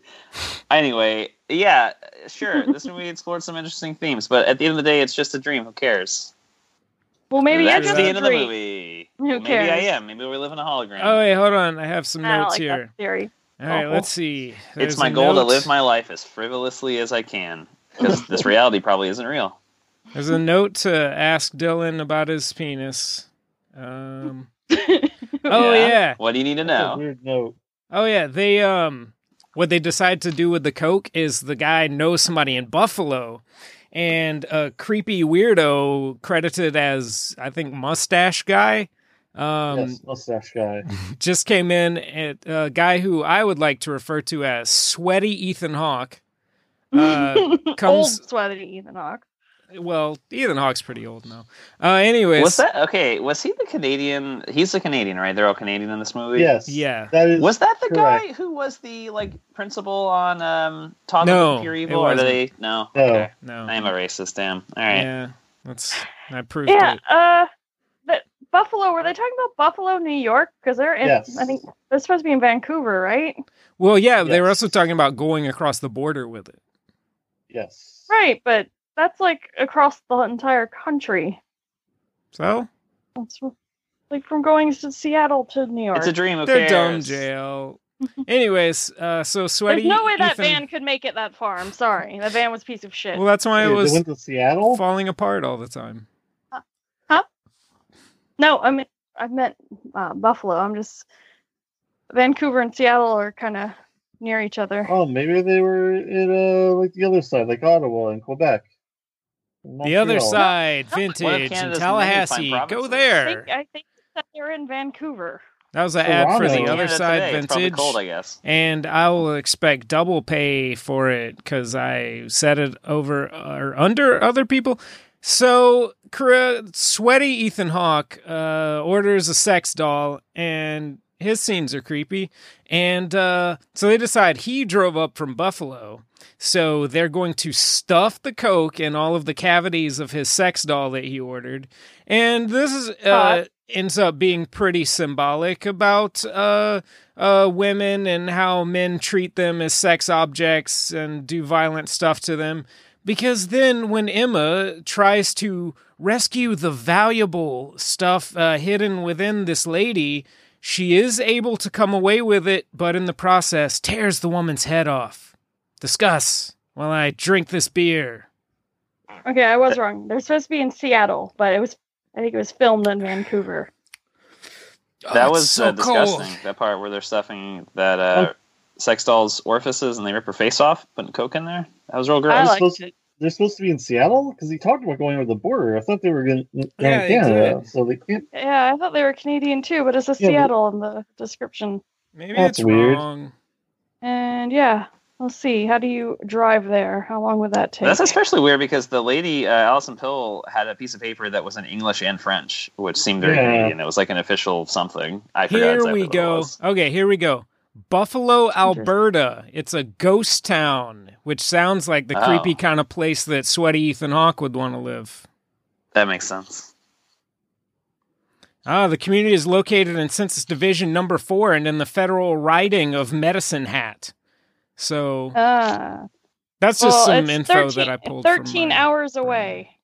Speaker 1: Anyway, yeah, sure. This movie explored some interesting themes, but at the end of the day, it's just a dream. Who cares?
Speaker 4: well, maybe
Speaker 1: That's
Speaker 4: you just
Speaker 1: the end of the
Speaker 4: agree.
Speaker 1: movie.
Speaker 4: Who
Speaker 1: Well, Maybe I
Speaker 4: cares?
Speaker 1: am. Maybe we live in a hologram.
Speaker 2: Oh wait, hold on. I have some
Speaker 4: I don't
Speaker 2: notes
Speaker 4: Ah, like
Speaker 2: here.
Speaker 4: that theory.
Speaker 2: All right,
Speaker 1: Oh.
Speaker 2: let's see. There's
Speaker 1: it's my
Speaker 2: a
Speaker 1: goal to
Speaker 2: note-
Speaker 1: live my life as frivolously as I can because this reality probably isn't real.
Speaker 2: There's a note to ask Dylan about his penis. Um, oh yeah.
Speaker 1: What do you need to
Speaker 3: That's a
Speaker 1: know?
Speaker 3: weird note.
Speaker 2: Oh yeah, they um what they decide to do with the coke is the guy knows somebody in Buffalo and a creepy weirdo credited as I think mustache guy um
Speaker 3: yes, mustache guy.
Speaker 2: just came in at a guy who I would like to refer to as sweaty Ethan Hawke. Uh,
Speaker 4: Old
Speaker 2: comes
Speaker 4: sweaty Ethan Hawke.
Speaker 2: well, Ethan Hawke's pretty old now. Uh anyways,
Speaker 1: Was that okay? Was he the Canadian? He's the Canadian, right? They're all Canadian in this movie.
Speaker 3: Yes.
Speaker 2: yeah.
Speaker 3: That is.
Speaker 1: Was that the
Speaker 3: Correct.
Speaker 1: guy who was the like principal on um, Todd
Speaker 2: No,
Speaker 1: Pure
Speaker 2: it
Speaker 1: Evil? Or did
Speaker 2: wasn't.
Speaker 1: they? No.
Speaker 3: No.
Speaker 2: Okay, no.
Speaker 1: I am a racist. Damn. All right.
Speaker 2: yeah. That's I proved
Speaker 4: Yeah,
Speaker 2: it.
Speaker 4: uh, that Buffalo. Were they talking about Buffalo, New York? Because they're in.
Speaker 3: Yes.
Speaker 4: I think they're supposed to be in Vancouver, right?
Speaker 2: Well, yeah, they were
Speaker 3: Yes.
Speaker 2: also talking about going across the border with it.
Speaker 3: Yes.
Speaker 4: Right, but that's like across the entire country.
Speaker 2: So,
Speaker 4: That's r- like from going to Seattle to New York.
Speaker 1: It's a dream. Who
Speaker 2: They're
Speaker 1: cares?
Speaker 2: dumb jail. Anyways, uh, so
Speaker 4: There's
Speaker 2: sweaty.
Speaker 4: no way that
Speaker 2: Ethan-
Speaker 4: van could make it that far. I'm sorry, that van was a piece of shit.
Speaker 2: Well, that's why it
Speaker 3: Dude,
Speaker 2: was
Speaker 3: they went to Seattle.
Speaker 2: falling apart all the time.
Speaker 4: no, I mean I meant uh, Buffalo. I'm just Vancouver and Seattle are kind of near each other.
Speaker 3: Oh, maybe they were in uh, like the other side, like Ottawa and Quebec.
Speaker 2: The other
Speaker 3: Montreal.
Speaker 2: side,
Speaker 4: One of
Speaker 2: vintage and
Speaker 1: Canada's
Speaker 2: Tallahassee.
Speaker 1: many fine
Speaker 2: Go
Speaker 1: provinces.
Speaker 4: I think,
Speaker 2: there.
Speaker 4: I think that they're in Vancouver.
Speaker 2: That was an ad for
Speaker 3: Toronto.
Speaker 2: the
Speaker 1: It's
Speaker 2: other
Speaker 1: Canada
Speaker 2: side,
Speaker 1: today. It's probably
Speaker 2: vintage.
Speaker 1: cold, I guess.
Speaker 2: And I will expect double pay for it because I said it over or under other people. So, cra- sweaty Ethan Hawke uh, orders a sex doll, and his scenes are creepy. And uh, so they decide he drove up from Buffalo. So they're going to stuff the coke in all of the cavities of his sex doll that he ordered. And this is uh,
Speaker 4: Hot.
Speaker 2: ends up being pretty symbolic about uh, uh, women and how men treat them as sex objects and do violent stuff to them. Because then, when Emma tries to rescue the valuable stuff uh, hidden within this lady, she is able to come away with it, but in the process, tears the woman's head off. Discuss while I drink this beer.
Speaker 4: Okay, I
Speaker 3: Uh,
Speaker 4: was wrong. They're supposed to be in Seattle, but it was I think it was filmed in Vancouver.
Speaker 2: Oh,
Speaker 1: that
Speaker 2: it's
Speaker 1: was
Speaker 2: so
Speaker 1: uh, disgusting.
Speaker 2: cold.
Speaker 1: That part where they're stuffing that
Speaker 4: Oh.
Speaker 1: uh, sex doll's orifices and they rip her face off, putting coke in there. That was real gross.
Speaker 4: I
Speaker 3: was
Speaker 4: liked
Speaker 3: supposed
Speaker 4: it.
Speaker 3: They're supposed to be in Seattle because he talked about going over the border. I thought they were going down
Speaker 2: Yeah, they
Speaker 3: Canada, so they can't.
Speaker 4: Yeah, I thought they were Canadian too, but it says
Speaker 3: Yeah, but-
Speaker 4: Seattle in the description.
Speaker 2: Maybe
Speaker 3: That's
Speaker 2: it's
Speaker 3: weird.
Speaker 2: wrong.
Speaker 4: And yeah, we'll see. How do you drive there? How long would that take?
Speaker 1: That's especially weird because the lady, uh, Alison Pill, had a piece of paper that was in English and French, which seemed very
Speaker 3: Yeah.
Speaker 1: Canadian. It was like an official something. I forgot
Speaker 2: Here
Speaker 1: exactly
Speaker 2: we
Speaker 1: what it
Speaker 2: go.
Speaker 1: was.
Speaker 2: Okay, here we go. Buffalo, Alberta. It's a ghost town, which sounds like the
Speaker 1: Oh.
Speaker 2: creepy kind of place that sweaty Ethan Hawke would want to live.
Speaker 1: That makes sense.
Speaker 2: Ah, the community is located in Census Division Number Four and in the federal riding of Medicine Hat. So
Speaker 4: Uh,
Speaker 2: that's
Speaker 4: well,
Speaker 2: just some
Speaker 4: it's
Speaker 2: info
Speaker 4: 13,
Speaker 2: that I pulled. from uh,
Speaker 4: Thirteen
Speaker 2: my-
Speaker 4: hours away.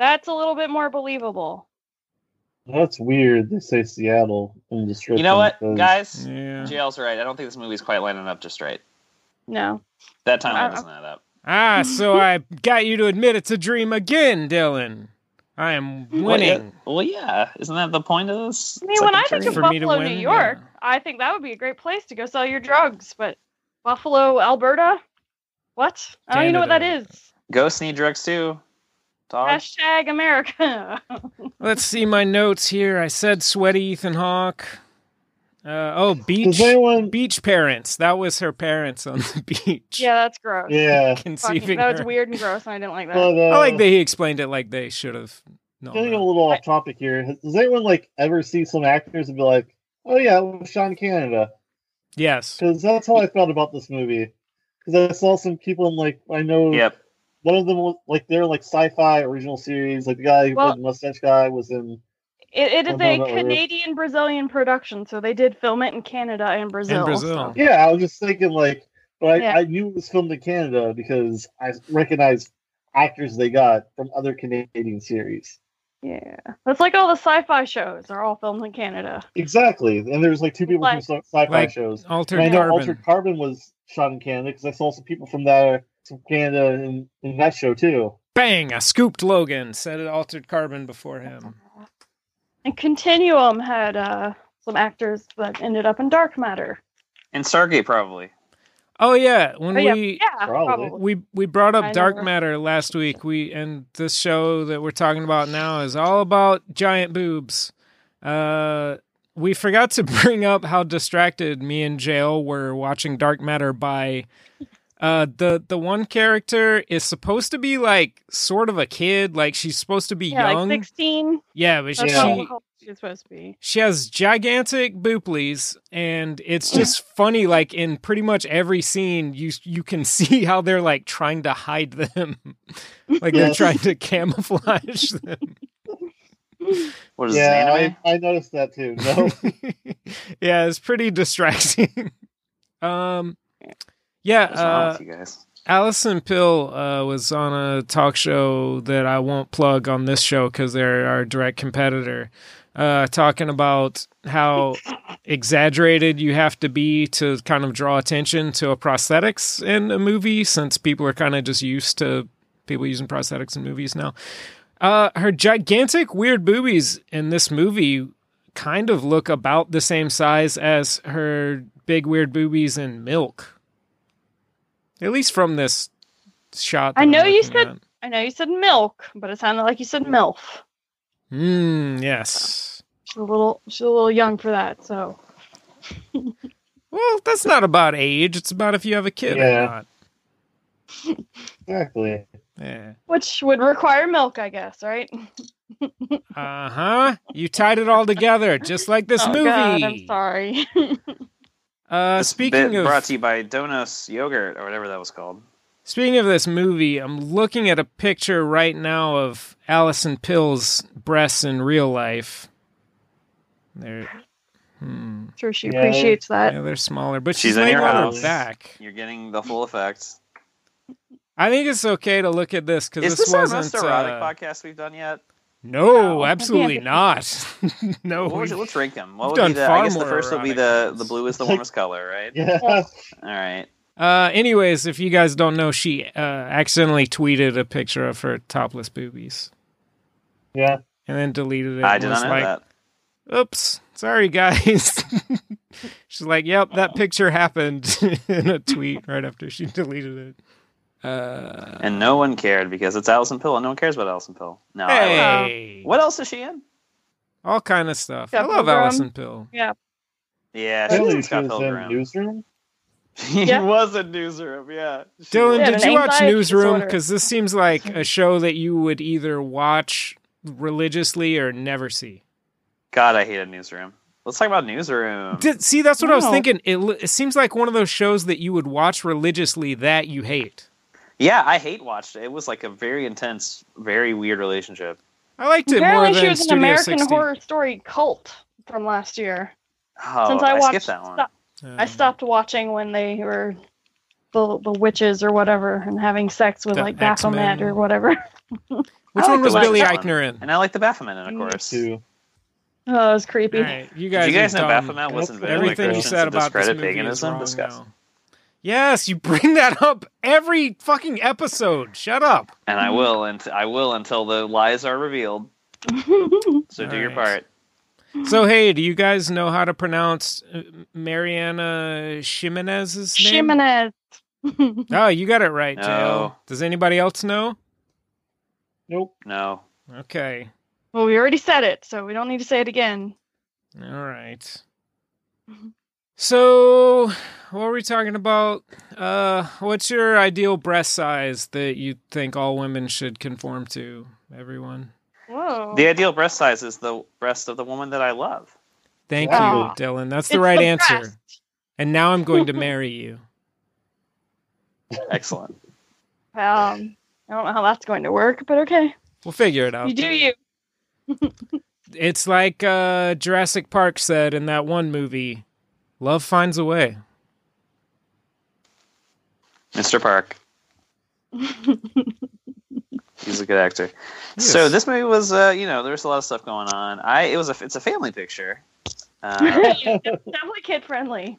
Speaker 4: That's a little bit more believable.
Speaker 3: That's weird. They say Seattle in the description.
Speaker 1: You know what,
Speaker 3: because-
Speaker 1: guys?
Speaker 2: Yeah.
Speaker 1: JL's right. I don't think this movie's quite lining up just right.
Speaker 4: No.
Speaker 1: That timeline
Speaker 4: Uh,
Speaker 1: doesn't add up.
Speaker 2: Ah, so I got you to admit it's a dream again, Dylan. I am
Speaker 1: Well, yeah-
Speaker 2: winning.
Speaker 1: Well, yeah. Isn't that the point of this?
Speaker 4: I mean,
Speaker 1: It's
Speaker 4: when
Speaker 1: like
Speaker 4: I
Speaker 1: a
Speaker 4: think
Speaker 1: dream.
Speaker 4: of
Speaker 2: For me to
Speaker 4: Buffalo,
Speaker 2: win,
Speaker 4: New York,
Speaker 2: yeah.
Speaker 4: I think that would be a great place to go sell your drugs. But Buffalo, Alberta, what? I don't even know what that
Speaker 2: Canada.
Speaker 4: is.
Speaker 1: ghosts need drugs too. Dog.
Speaker 4: Hashtag America.
Speaker 2: Let's see my notes here. I said sweaty Ethan Hawke. Uh, oh, beach
Speaker 3: Does anyone?
Speaker 2: beach parents. That was her parents on the beach.
Speaker 4: yeah, that's gross.
Speaker 3: Yeah.
Speaker 2: conceiving
Speaker 4: Fucking, that was
Speaker 2: her.
Speaker 4: weird and gross, and I didn't like that.
Speaker 3: But, uh,
Speaker 2: I like that he explained it like they should have. known
Speaker 3: Getting a
Speaker 2: that.
Speaker 3: little off topic here. Has- Does anyone like ever see some actors and be like, "Oh yeah, it was Sean Canada"?
Speaker 2: Yes.
Speaker 3: Because that's how I felt about this movie. Because I saw some people in like I know
Speaker 1: Yep.
Speaker 3: one of them was like they're like sci-fi original series. Like the guy who
Speaker 4: Well-
Speaker 3: played the mustache guy was in.
Speaker 4: It, it
Speaker 3: Well,
Speaker 4: is
Speaker 3: no,
Speaker 4: a
Speaker 3: that was-
Speaker 4: Canadian Brazilian production, so they did film it in Canada and Brazil.
Speaker 2: In Brazil.
Speaker 4: so-
Speaker 3: Yeah, I was just thinking like, but I,
Speaker 4: Yeah.
Speaker 3: I knew it was filmed in Canada because I recognized actors they got from other Canadian series.
Speaker 4: yeah, that's like all the sci-fi shows are all filmed in Canada.
Speaker 3: Exactly, and there's like two people
Speaker 4: Like-
Speaker 3: from sci- sci-fi
Speaker 2: Like
Speaker 3: shows.
Speaker 2: Altered
Speaker 3: And I know
Speaker 2: carbon.
Speaker 3: Altered Carbon was shot in Canada because I saw some people from that uh, from Canada in, in that show too.
Speaker 2: Bang! I scooped Logan. Said it altered carbon before him.
Speaker 4: And Continuum had uh, some actors that ended up in Dark Matter.
Speaker 1: And Stargate probably.
Speaker 2: Oh yeah, when
Speaker 4: But yeah,
Speaker 2: we
Speaker 4: yeah,
Speaker 3: Probably.
Speaker 4: probably.
Speaker 2: we we brought up
Speaker 4: I
Speaker 2: dark
Speaker 4: never-
Speaker 2: matter last week. We and this show that we're talking about now is all about giant boobs. Uh, we forgot to bring up how distracted me and Jail were watching Dark Matter by uh the the one character is supposed to be like sort of a kid, like she's supposed to be
Speaker 4: Yeah,
Speaker 2: young.
Speaker 4: like sixteen.
Speaker 2: yeah, but
Speaker 4: That's
Speaker 2: she
Speaker 4: how old she's supposed to be.
Speaker 2: she has gigantic booplies, and it's just funny. Like in pretty much every scene, you you can see how they're like trying to hide them, like they're
Speaker 3: Yes.
Speaker 2: trying to camouflage them.
Speaker 1: What is this,
Speaker 3: yeah,
Speaker 1: an anime?
Speaker 3: I, I noticed that too. No,
Speaker 2: yeah, it's pretty distracting. um, yeah,
Speaker 1: What's wrong
Speaker 2: uh,
Speaker 1: with you guys?
Speaker 2: Allison Pill uh, was on a talk show that I won't plug on this show because they're our direct competitor, uh, talking about how exaggerated you have to be to kind of draw attention to a prosthetics in a movie since people are kind of just used to people using prosthetics in movies now. Uh, her gigantic weird boobies in this movie kind of look about the same size as her big weird boobies in Milk. At least from this shot.
Speaker 4: I
Speaker 2: that I'm
Speaker 4: know you
Speaker 2: looking
Speaker 4: said-
Speaker 2: at.
Speaker 4: I know you said milk, but it sounded like you said milf.
Speaker 2: Mm, yes.
Speaker 4: She's a little, she's a little young for that. So
Speaker 2: Well, that's not about age. It's about if you have a kid
Speaker 3: Yeah.
Speaker 2: or not.
Speaker 3: exactly.
Speaker 2: Yeah.
Speaker 4: which would require milk, I guess, right?
Speaker 2: Uh huh. You tied it all together, just like this
Speaker 4: oh
Speaker 2: movie.
Speaker 4: God, I'm sorry.
Speaker 2: Uh,
Speaker 1: This
Speaker 2: speaking
Speaker 1: bit
Speaker 2: of
Speaker 1: brought to you by Donos yogurt or whatever that was called.
Speaker 2: Speaking of this movie, I'm looking at a picture right now of Allison Pill's breasts in real life. They're hmm,
Speaker 4: sure, she
Speaker 3: Yeah.
Speaker 4: appreciates that.
Speaker 2: yeah, they're smaller, but she's,
Speaker 1: She's in
Speaker 2: laying
Speaker 1: your
Speaker 2: on her
Speaker 1: house.
Speaker 2: back.
Speaker 1: You're getting the full effect.
Speaker 2: I think it's okay to look at this because
Speaker 1: Is this, our
Speaker 2: wasn't
Speaker 1: most erotic
Speaker 2: uh,
Speaker 1: podcast we've done yet?
Speaker 2: No,
Speaker 4: No.
Speaker 2: absolutely not. no,
Speaker 1: What
Speaker 2: we-
Speaker 1: was it? Let's rank them. What
Speaker 2: Oh, we've
Speaker 1: would
Speaker 2: done
Speaker 1: be the?
Speaker 2: far
Speaker 1: I guess the
Speaker 2: more
Speaker 1: first will be
Speaker 2: erotic
Speaker 1: the
Speaker 2: ones.
Speaker 1: the blue is the warmest color, right?
Speaker 3: Yeah,
Speaker 1: All right.
Speaker 2: Uh, anyways, if you guys don't know, she uh, accidentally tweeted a picture of her topless boobies
Speaker 3: yeah.
Speaker 2: and then deleted it.
Speaker 1: I
Speaker 2: and
Speaker 1: did
Speaker 2: was
Speaker 1: not know
Speaker 2: like,
Speaker 1: that.
Speaker 2: oops sorry guys she's like yep that picture happened in a tweet right after she deleted it uh
Speaker 1: And no one cared because it's Allison Pill, and no one cares about Allison Pill. No. I
Speaker 2: hey
Speaker 1: love- What else is she in?
Speaker 2: all kind of stuff i
Speaker 4: Got
Speaker 2: love
Speaker 4: Pilgrim.
Speaker 2: allison pill
Speaker 1: Yeah,
Speaker 3: I
Speaker 1: she was in
Speaker 3: knew she
Speaker 1: Scott
Speaker 3: was in
Speaker 1: Pilgrim.
Speaker 3: Newsroom.
Speaker 1: She
Speaker 4: Yeah.
Speaker 1: was in Newsroom. Yeah. She
Speaker 2: dylan
Speaker 4: Yeah,
Speaker 1: was.
Speaker 2: did
Speaker 4: an
Speaker 2: you watch
Speaker 4: anxiety
Speaker 2: newsroom
Speaker 4: disorder.
Speaker 2: because this seems like a show that you would either watch religiously or never see
Speaker 1: God, I hated Newsroom. Let's talk about Newsroom.
Speaker 2: Did, see, that's what I was
Speaker 4: No.
Speaker 2: thinking. It, li- it seems like one of those shows that you would watch religiously that you hate.
Speaker 1: yeah, I hate watched it. It was like a very intense, very weird relationship.
Speaker 2: I liked it more
Speaker 4: Apparently,
Speaker 2: than
Speaker 4: she was an
Speaker 2: Studio
Speaker 4: American
Speaker 2: 60.
Speaker 4: Horror Story cult from last year.
Speaker 1: Oh,
Speaker 4: Since I
Speaker 1: I,
Speaker 4: watched
Speaker 1: skipped that one.
Speaker 4: Stop- I
Speaker 2: Mm-hmm.
Speaker 4: stopped watching when they were the, the witches or whatever and having sex with
Speaker 2: The
Speaker 4: like
Speaker 2: X-Men.
Speaker 4: Baphomet or whatever.
Speaker 2: Which
Speaker 1: I
Speaker 2: one
Speaker 1: like
Speaker 2: was
Speaker 1: the
Speaker 2: Billy
Speaker 1: last one.
Speaker 2: Eichner in?
Speaker 1: And I like the Baphomet, in, of
Speaker 4: Me
Speaker 1: course.
Speaker 3: Two.
Speaker 4: Oh, that was creepy.
Speaker 2: All right, you
Speaker 1: Did
Speaker 2: guys,
Speaker 1: you guys
Speaker 2: are
Speaker 1: know
Speaker 2: dumb.
Speaker 1: Baphomet was invented by
Speaker 2: Everything you
Speaker 1: Christians
Speaker 2: said
Speaker 1: to
Speaker 2: about this
Speaker 1: discredit
Speaker 2: movie is
Speaker 1: paganism?
Speaker 2: wrong
Speaker 1: Disgusting.
Speaker 2: now. Yes, you bring that up every fucking episode. Shut up.
Speaker 1: And I will, and I will until the lies are revealed. So do your
Speaker 2: Alright.
Speaker 1: part.
Speaker 2: So hey, do you guys know how to pronounce uh, Mariana Ximenez's name?
Speaker 4: Jimenez.
Speaker 2: Oh, you got it right,
Speaker 1: No.
Speaker 2: Jail. Does anybody else know?
Speaker 3: Nope.
Speaker 1: No,
Speaker 2: Okay.
Speaker 4: well, we already said it, so we don't need to say it again.
Speaker 2: All right.
Speaker 4: Mhm.
Speaker 2: So, what were we talking about? Uh, what's your ideal breast size that you think all women should conform to? Everyone.
Speaker 4: Whoa.
Speaker 1: the ideal breast size is the breast of the woman that I love.
Speaker 2: Thank
Speaker 3: Wow.
Speaker 2: you, Dylan. That's
Speaker 4: It's
Speaker 2: the right answer.
Speaker 4: breast.
Speaker 2: And now I'm going to marry you.
Speaker 1: Excellent.
Speaker 4: Um, I don't know how that's going to work, but okay.
Speaker 2: We'll figure it out.
Speaker 4: You do you.
Speaker 2: It's like uh, Jurassic Park said in that one movie, "Love finds a way."
Speaker 1: Mr. Park. He's a good actor. So
Speaker 2: Yes.
Speaker 1: this movie was, uh, you know, there was a lot of stuff going on. I it was a it's a family picture. Uh,
Speaker 4: it's definitely kid friendly.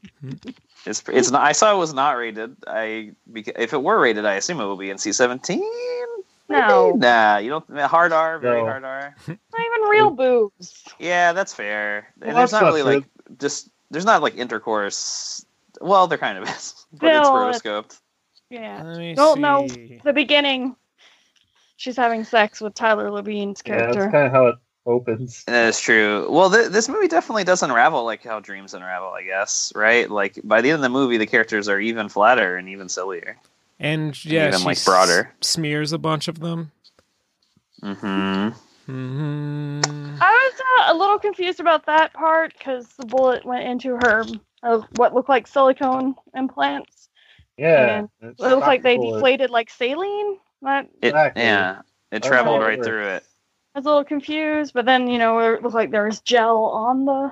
Speaker 1: It's it's not. I saw it was not rated. I beca- if it were rated, I assume it would be NC seventeen.
Speaker 4: No,
Speaker 1: Nah, you don't. Hard R, very
Speaker 3: No.
Speaker 1: hard R.
Speaker 4: not even real boobs.
Speaker 1: Yeah, that's fair. And
Speaker 3: Well,
Speaker 1: there's
Speaker 3: that's
Speaker 1: not
Speaker 3: not
Speaker 1: really like just there's not like intercourse. Well, there kind of is, but it's
Speaker 4: Well,
Speaker 1: rotoscoped.
Speaker 4: Yeah.
Speaker 2: Let me
Speaker 4: Don't know.
Speaker 3: Uh,
Speaker 2: see.
Speaker 4: The beginning, she's having sex with Tyler Levine's
Speaker 3: Yeah, that's
Speaker 4: character.
Speaker 3: kind of how it opens.
Speaker 1: That is true. Well, th- this movie definitely does unravel like how dreams unravel. I guess right. Like by the end of the movie, the characters are even flatter and even sillier.
Speaker 2: And yeah,
Speaker 1: even,
Speaker 2: she
Speaker 1: like, broader.
Speaker 2: s- smears a bunch of them.
Speaker 1: Mm-hmm.
Speaker 2: hmm
Speaker 4: I was uh, a little confused about that part because the bullet went into her uh, what looked like silicone implants.
Speaker 3: Yeah.
Speaker 4: And
Speaker 3: it's
Speaker 4: It looked like they
Speaker 3: Dr. Bullet.
Speaker 4: deflated like saline. That
Speaker 1: It,
Speaker 3: Exactly.
Speaker 1: Yeah, it
Speaker 3: Alright.
Speaker 1: traveled right through it.
Speaker 4: I was a little confused, but then you know it looked like there was gel on the.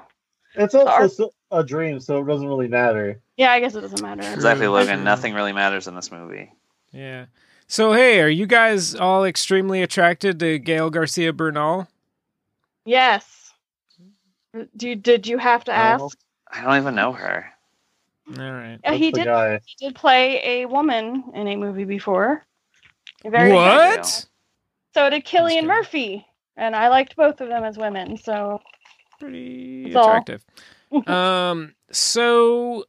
Speaker 3: It's
Speaker 4: Our-
Speaker 3: also a dream, so it doesn't really matter.
Speaker 4: Yeah, I guess it doesn't matter.
Speaker 1: Exactly,
Speaker 2: True,
Speaker 1: Logan.
Speaker 2: true.
Speaker 1: Nothing really matters in this movie.
Speaker 2: Yeah. So hey, are you guys all extremely attracted to Gail Garcia Bernal?
Speaker 4: Yes. Do you, did you have to
Speaker 3: No.
Speaker 4: ask?
Speaker 1: I don't even know her.
Speaker 2: All right.
Speaker 4: Yeah, he
Speaker 3: That's Oh, the
Speaker 4: did.
Speaker 3: guy.
Speaker 4: He did play a woman in a movie before. A very
Speaker 2: what?
Speaker 4: So did Killian
Speaker 2: kidding.
Speaker 4: Murphy, and I liked both of them as women. So
Speaker 2: Pretty
Speaker 4: That's all.
Speaker 2: attractive. um. So.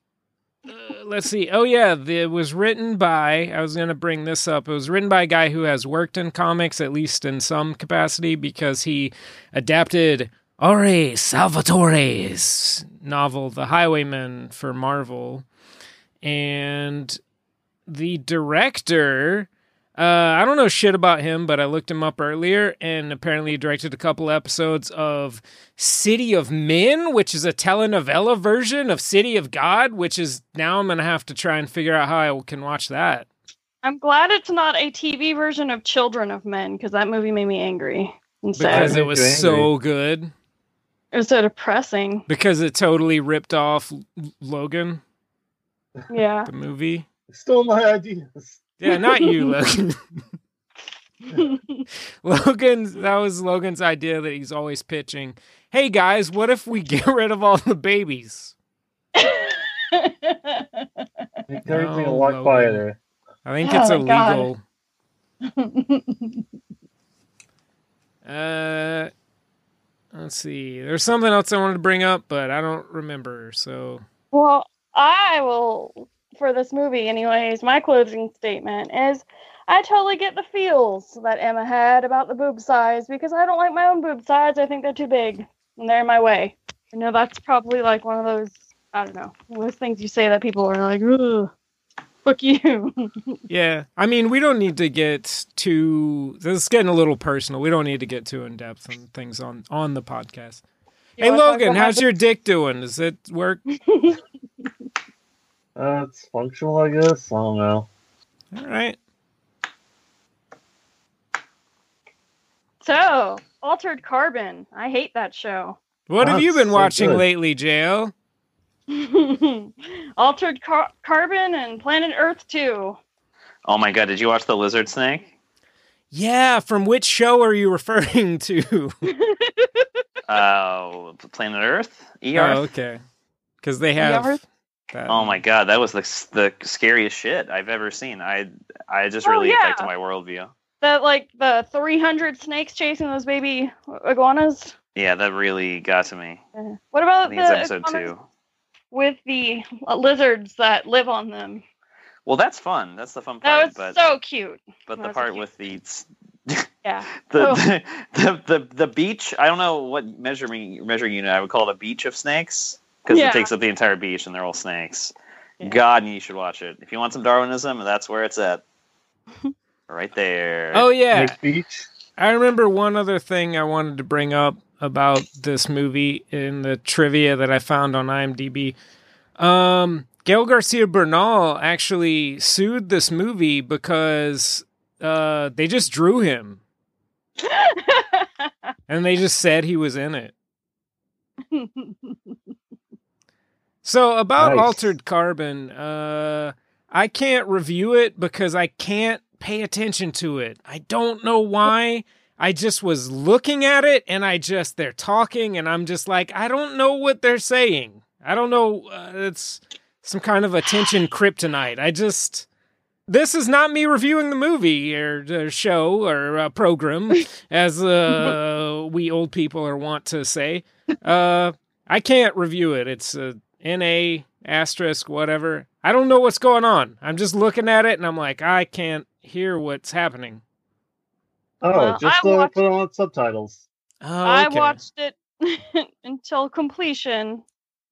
Speaker 2: Uh, let's see. Oh yeah, the, it was written by. I was gonna bring this up. It was written by a guy who has worked in comics, at least in some capacity, because he adapted Ore Salvatore's novel, The Highwayman, for Marvel. And the director, uh, I don't know shit about him, but I looked him up earlier, and apparently he directed a couple episodes of City of Men, which is a telenovela version of City of God, which is now I'm going to have to try and figure out how I can watch that.
Speaker 4: I'm glad it's not a TV version of Children of Men because that movie made me angry and sad.
Speaker 2: Because
Speaker 3: That
Speaker 2: it
Speaker 3: makes
Speaker 2: was
Speaker 3: you
Speaker 2: so good.
Speaker 4: It was so depressing.
Speaker 2: Because it totally ripped off L- Logan,
Speaker 4: Yeah.
Speaker 2: the movie.
Speaker 3: Still my ideas.
Speaker 2: Yeah, not you, Logan. Logan's that was Logan's idea that he's always pitching. Hey guys, what if we get rid of all the babies?
Speaker 3: Make everything
Speaker 2: No,
Speaker 3: a lot
Speaker 2: Logan.
Speaker 3: quieter.
Speaker 2: I think
Speaker 4: Oh
Speaker 2: it's
Speaker 4: my God.
Speaker 2: illegal. Uh let's see. There's something else I wanted to bring up, but I don't remember. So
Speaker 4: well, I will for this movie, anyways. My closing statement is. I totally get the feels that Emma had about the boob size because I don't like my own boob size. I think they're too big and they're in my way. I know that's probably like one of those, I don't know, those things you say that people are like, ugh, fuck you.
Speaker 2: yeah. I mean we don't need to get too this is getting a little personal. We don't need to get too in depth on things on on the podcast. hey Logan, how's your dick doing? Does it work?
Speaker 4: your?
Speaker 3: Uh, it's functional, I guess. I don't know.
Speaker 2: All right.
Speaker 4: so, Altered Carbon. I hate that show.
Speaker 2: What have you
Speaker 3: That's
Speaker 2: been
Speaker 3: so
Speaker 2: watching
Speaker 3: good.
Speaker 2: lately, JL?
Speaker 4: Altered Car- Carbon and Planet Earth 2.
Speaker 1: Oh my god, did you watch the lizard snake?
Speaker 2: Yeah, from which show are you referring to?
Speaker 1: Uh, Planet Earth? ER?
Speaker 2: Oh, okay. Because they have.
Speaker 4: Yarth?
Speaker 2: that.
Speaker 1: Oh my god, that was the the scariest shit I've ever seen. I I just
Speaker 4: Oh,
Speaker 1: really
Speaker 4: yeah.
Speaker 1: affected my worldview.
Speaker 4: That like the 300 snakes chasing those baby iguanas.
Speaker 1: Yeah, that really got to me.
Speaker 4: Uh, What about
Speaker 1: I think it's
Speaker 4: the
Speaker 1: episode
Speaker 4: iguanas
Speaker 1: two.
Speaker 4: with the lizards that live on them?
Speaker 1: Well, that's fun. That's the fun
Speaker 4: That
Speaker 1: part.
Speaker 4: was
Speaker 1: But
Speaker 4: so cute.
Speaker 1: but the
Speaker 4: that's
Speaker 1: part
Speaker 4: cute.
Speaker 1: with the s-
Speaker 4: Yeah.
Speaker 1: the,
Speaker 4: Oh.
Speaker 1: the, the the the beach. I don't know what measuring measuring unit I would call it a beach of snakes because
Speaker 4: Yeah.
Speaker 1: it takes up the entire beach and they're all snakes.
Speaker 4: Yeah.
Speaker 1: God, you should watch it if you want some Darwinism. That's where it's at. right there.
Speaker 2: Oh yeah.
Speaker 3: Nick Beach.
Speaker 2: I remember one other thing I wanted to bring up about this movie in the trivia that I found on IMDb. Um, Gail Garcia Bernal actually sued this movie because uh, they just drew him and they just said he was in it. So about
Speaker 3: Nice.
Speaker 2: altered carbon, uh, I can't review it because I can't pay attention to it. I don't know why. I just was looking at it and I just they're talking and I'm just like I don't know what they're saying. I don't know. Uh, it's some kind of attention kryptonite. I just this is not me reviewing the movie or, or show or uh, program as uh, we old people are wont to say. Uh, I can't review it. It's uh, a NA asterisk whatever. I don't know what's going on. I'm just looking at it and I'm like, I can't hear what's happening.
Speaker 3: Oh,
Speaker 4: Well,
Speaker 3: just
Speaker 4: I
Speaker 3: uh,
Speaker 4: watched-
Speaker 3: put on subtitles.
Speaker 2: Oh,
Speaker 4: I
Speaker 2: okay.
Speaker 4: watched it until completion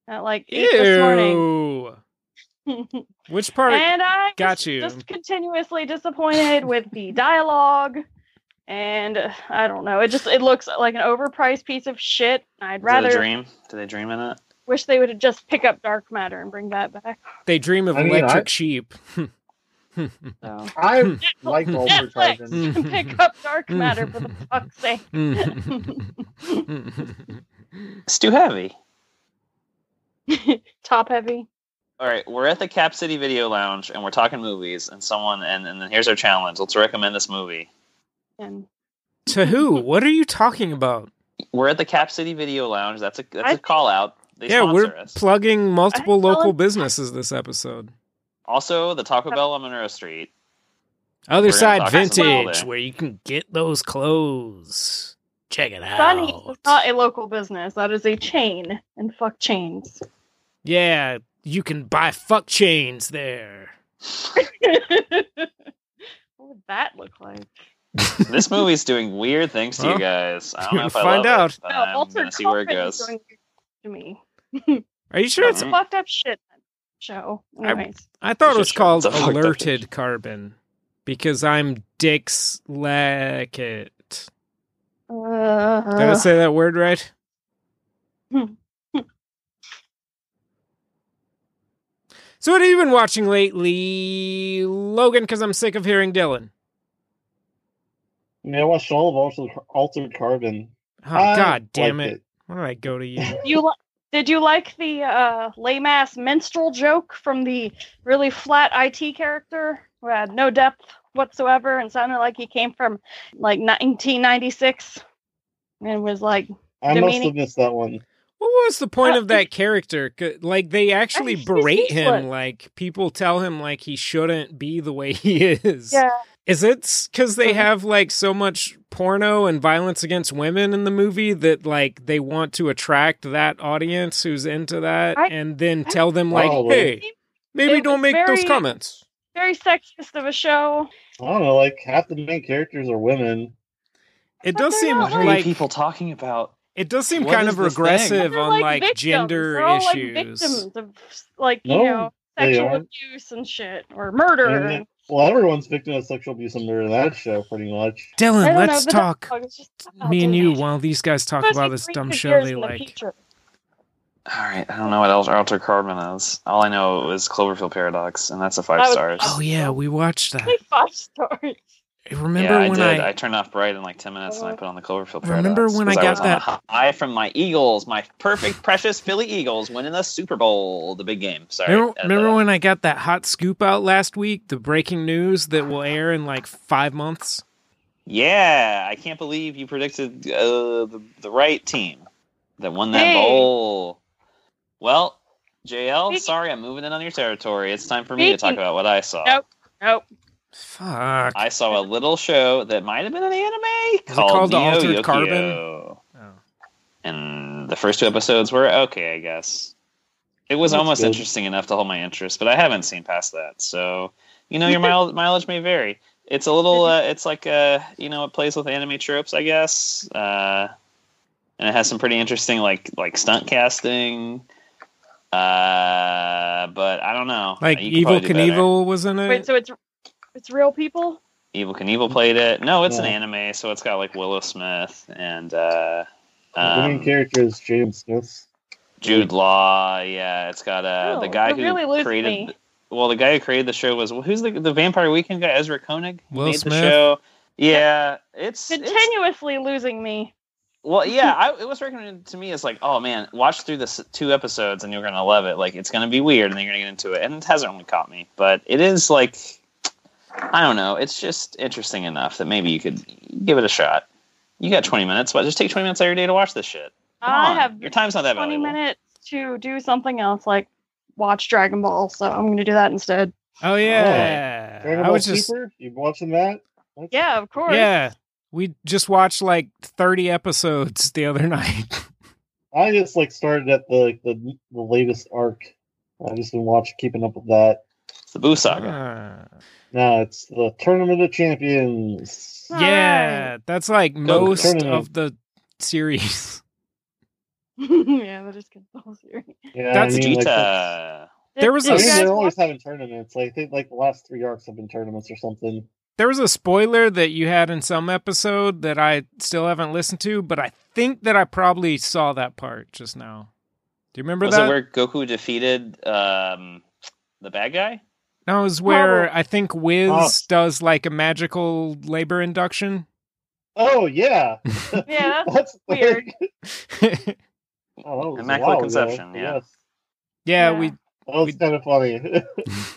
Speaker 4: at like eight this morning.
Speaker 2: Ew. Which part?
Speaker 4: and I was
Speaker 2: Got you.
Speaker 4: just continuously disappointed with the dialogue. And uh, I don't know. It just it looks like an overpriced piece of shit. I'd
Speaker 1: Is that a
Speaker 4: rather
Speaker 1: dream? Did they dream in it?
Speaker 4: wish they would just pick up dark matter and bring that back.
Speaker 2: they dream of
Speaker 3: I mean, I-
Speaker 2: electric sheep.
Speaker 1: No.
Speaker 2: Hmm.
Speaker 3: I like Altered
Speaker 4: Netflix.
Speaker 3: Carbon.
Speaker 4: And pick up dark matter for the fuck's sake.
Speaker 1: It's too heavy.
Speaker 4: Top heavy.
Speaker 1: All right, we're at the Cap City Video Lounge and we're talking movies. And someone and and then here's our challenge. Let's recommend this movie.
Speaker 4: And
Speaker 2: to who? What are you talking about?
Speaker 1: We're at the Cap City Video Lounge. That's a that's
Speaker 4: I
Speaker 1: a call out. They
Speaker 2: yeah,
Speaker 1: sponsor
Speaker 2: we're
Speaker 1: us.
Speaker 2: plugging multiple
Speaker 4: I tell
Speaker 2: local
Speaker 4: him-
Speaker 2: businesses this episode.
Speaker 1: also, the Taco Bell on Monroe Street.
Speaker 2: Other
Speaker 1: We're gonna
Speaker 2: Side
Speaker 1: talk some about
Speaker 2: Vintage,
Speaker 1: it.
Speaker 2: where you can get those clothes. Check it out.
Speaker 4: Sunny is not a local business. That is a chain. And fuck chains.
Speaker 2: Yeah, you can buy fuck chains there.
Speaker 4: what would that look like?
Speaker 1: this movie's doing weird things to
Speaker 2: Well,
Speaker 1: you guys. I don't
Speaker 2: you're
Speaker 1: know if I
Speaker 2: gonna
Speaker 1: love
Speaker 2: find out.
Speaker 1: It, but
Speaker 4: No,
Speaker 1: I'm
Speaker 4: Altered
Speaker 1: gonna see where it
Speaker 4: Carbon is
Speaker 1: goes.
Speaker 4: doing to me.
Speaker 2: Are you sure
Speaker 1: Uh,
Speaker 2: it's?
Speaker 1: Mm.
Speaker 4: fucked up shit that show.
Speaker 2: I-
Speaker 4: Anyways.
Speaker 2: I thought it
Speaker 1: Shit
Speaker 2: was
Speaker 1: show.
Speaker 2: called
Speaker 1: It's a fucked up
Speaker 2: alerted
Speaker 1: picture.
Speaker 2: carbon because I'm Dick's Lackett. Did I
Speaker 4: Uh,
Speaker 2: say that word right? So what have you been watching lately, Logan? Because I'm sick of hearing Dylan.
Speaker 3: I mean, I watched all of Altered, Altered Carbon.
Speaker 2: Oh
Speaker 3: I
Speaker 2: God damn
Speaker 3: liked
Speaker 2: it! Why did I go to you?
Speaker 4: you li- did you like the uh, lame ass minstrel joke from the really flat IT character who had no depth whatsoever and sounded like he came from like 1996 and was like,
Speaker 3: I
Speaker 4: The
Speaker 3: must
Speaker 4: meaning-
Speaker 3: have missed that one.
Speaker 2: What was the point
Speaker 4: Uh,
Speaker 2: of that character? 'Cause, Like they actually
Speaker 4: he's
Speaker 2: berate him.
Speaker 4: useless.
Speaker 2: Like people tell him like he shouldn't be the way he is.
Speaker 4: yeah,
Speaker 2: Is it because they
Speaker 4: Mhm.
Speaker 2: have like so much porno and violence against women in the movie that like they want to attract that audience who's into that
Speaker 4: I-
Speaker 2: and then
Speaker 4: I-
Speaker 2: tell them like,
Speaker 3: Probably.
Speaker 2: hey, maybe
Speaker 4: It
Speaker 2: don't
Speaker 4: was
Speaker 2: make those
Speaker 4: very-
Speaker 2: comments.
Speaker 4: very sexist of a show.
Speaker 3: I don't know, like half the main characters are women.
Speaker 2: It
Speaker 4: But
Speaker 2: does
Speaker 4: they're
Speaker 2: seem
Speaker 4: not,
Speaker 1: What are you
Speaker 2: like
Speaker 1: people talking about?
Speaker 2: it does seem
Speaker 1: What
Speaker 2: kind
Speaker 1: is
Speaker 2: of
Speaker 1: this thing?
Speaker 2: regressive
Speaker 4: They're
Speaker 2: on like,
Speaker 4: victims.
Speaker 2: gender
Speaker 4: They're all, like,
Speaker 2: issues.
Speaker 4: victims of like,
Speaker 3: No,
Speaker 4: you know,
Speaker 3: they
Speaker 4: sexual
Speaker 3: aren't.
Speaker 4: abuse and shit or murder.
Speaker 3: Yeah.
Speaker 4: and
Speaker 3: Well, everyone's victim of sexual abuse under that show, pretty much.
Speaker 4: I
Speaker 2: Dylan,
Speaker 4: don't
Speaker 2: let's
Speaker 4: know, the
Speaker 2: talk.
Speaker 4: dialogue is just- oh,
Speaker 2: Me and
Speaker 4: dude.
Speaker 2: you while these guys talk
Speaker 4: Especially
Speaker 2: about this
Speaker 4: Green
Speaker 2: dumb
Speaker 4: Fingers
Speaker 2: show they
Speaker 4: and the
Speaker 2: like.
Speaker 4: Peacher.
Speaker 1: All right, I don't know what else Alter Carbon is. All I know is Cloverfield Paradox, and that's a five
Speaker 4: That was-
Speaker 1: stars.
Speaker 2: Oh yeah, we watched that.
Speaker 4: Like five stories.
Speaker 2: Remember
Speaker 1: yeah, I
Speaker 2: when
Speaker 1: did.
Speaker 2: I,
Speaker 1: I, turned off bright in like ten minutes,
Speaker 4: Uh-huh.
Speaker 1: and I put on the Cloverfield. Paradox
Speaker 2: Remember when I
Speaker 1: 'cause
Speaker 2: got
Speaker 1: was on
Speaker 2: that-
Speaker 1: a high from my Eagles, my perfect, precious Philly Eagles, winning the Super Bowl, the big game. Sorry.
Speaker 2: remember,
Speaker 1: Uh,
Speaker 2: remember
Speaker 1: the-
Speaker 2: when I got that hot scoop out last week? The breaking news that will air in like five months.
Speaker 1: Yeah, I can't believe you predicted uh, the the right team that won that
Speaker 4: Hey.
Speaker 1: bowl. Well, JL,
Speaker 4: Speaking-
Speaker 1: sorry, I'm moving in on your territory. It's time for me to talk
Speaker 4: Speaking-
Speaker 1: about what I saw.
Speaker 4: Nope. Nope.
Speaker 2: Fuck.
Speaker 1: I saw a little show that might have been an anime
Speaker 2: it
Speaker 1: called,
Speaker 2: called The
Speaker 1: Neo
Speaker 2: Altered
Speaker 1: Yokio.
Speaker 2: Carbon? Oh.
Speaker 1: And the first two episodes were okay, I guess. It was
Speaker 3: That's
Speaker 1: almost
Speaker 3: good.
Speaker 1: interesting enough to hold my interest, but I haven't seen past that. So, you know, your mile, mileage may vary. It's a little, uh, it's like, uh, you know, it plays with anime tropes, I guess. Uh, and it has some pretty interesting, like, like stunt casting. Uh, but I don't know.
Speaker 2: Like
Speaker 1: You could
Speaker 2: Evil
Speaker 1: probably do eh? better.
Speaker 2: Knievel was in it.
Speaker 4: Wait, so it's it's real people?
Speaker 1: Evil Knievel played it. No, it's an
Speaker 3: Yeah.
Speaker 1: anime, so it's got like Willow Smith and uh,
Speaker 3: the main
Speaker 1: um,
Speaker 3: character is James Smith.
Speaker 1: Jude Law. Yeah, it's got uh, the
Speaker 4: Oh,
Speaker 1: guy
Speaker 4: you
Speaker 1: who
Speaker 4: really lose
Speaker 1: created.
Speaker 4: me.
Speaker 1: Well, the guy who created the show was who's the the Vampire Weekend guy, Ezra Koenig. who
Speaker 2: Will
Speaker 1: made
Speaker 2: Smith?
Speaker 1: The show. Yeah, it's, it's-
Speaker 4: Continuously losing me.
Speaker 1: well, yeah. I, it was recommended to me as like, oh man, watch through this two episodes and you're gonna love it. Like it's gonna be weird and then you're gonna get into it, and it hasn't really caught me. But it is like, I don't know. It's just interesting enough that maybe you could give it a shot. You got 20 minutes, but just take 20 minutes every day to watch this shit. Come
Speaker 4: I
Speaker 1: on.
Speaker 4: have
Speaker 1: your time's not that
Speaker 4: 20
Speaker 1: valuable.
Speaker 4: minutes to do something else, like watch Dragon Ball. So I'm going to do that instead.
Speaker 2: oh yeah.
Speaker 3: Dragon
Speaker 2: I
Speaker 3: Ball
Speaker 2: was just
Speaker 3: Super? You watching that? That's-
Speaker 4: Yeah, of course.
Speaker 2: yeah. We just watched like thirty episodes the other night.
Speaker 3: I just like started at the the, the latest arc. I've just been watching, keeping up with that.
Speaker 1: It's the Boo Saga.
Speaker 2: Uh,
Speaker 3: Now it's the Tournament of
Speaker 4: Hmm.
Speaker 3: Champions.
Speaker 2: yeah, that's like
Speaker 1: Go
Speaker 2: most
Speaker 3: Tournament.
Speaker 2: of the series.
Speaker 4: yeah, that is good. Whole series.
Speaker 3: Yeah,
Speaker 2: That's
Speaker 3: I mean, like, that's-
Speaker 1: Vegeta.
Speaker 2: There was
Speaker 4: Did
Speaker 2: a-
Speaker 4: Oh, you guys
Speaker 3: they're
Speaker 4: watch-
Speaker 3: always having tournaments. Like, I think like the last three arcs have been tournaments or something.
Speaker 2: There was a spoiler that you had in some episode that I still haven't listened to, but I think that I probably saw that part just now. Do you remember
Speaker 1: Was
Speaker 2: that?
Speaker 1: it where Goku defeated um, the bad guy?
Speaker 2: no, it was where
Speaker 4: Probably.
Speaker 2: I think Wiz
Speaker 3: Oh.
Speaker 2: does like a magical labor induction.
Speaker 3: Oh yeah,
Speaker 4: Yeah, that's
Speaker 3: that's
Speaker 4: weird.
Speaker 3: Oh, that was a
Speaker 1: Immaculate
Speaker 3: while ago.
Speaker 1: Conception, yeah.
Speaker 3: Yes.
Speaker 2: yeah, we
Speaker 3: that was
Speaker 2: We-
Speaker 3: kind of funny.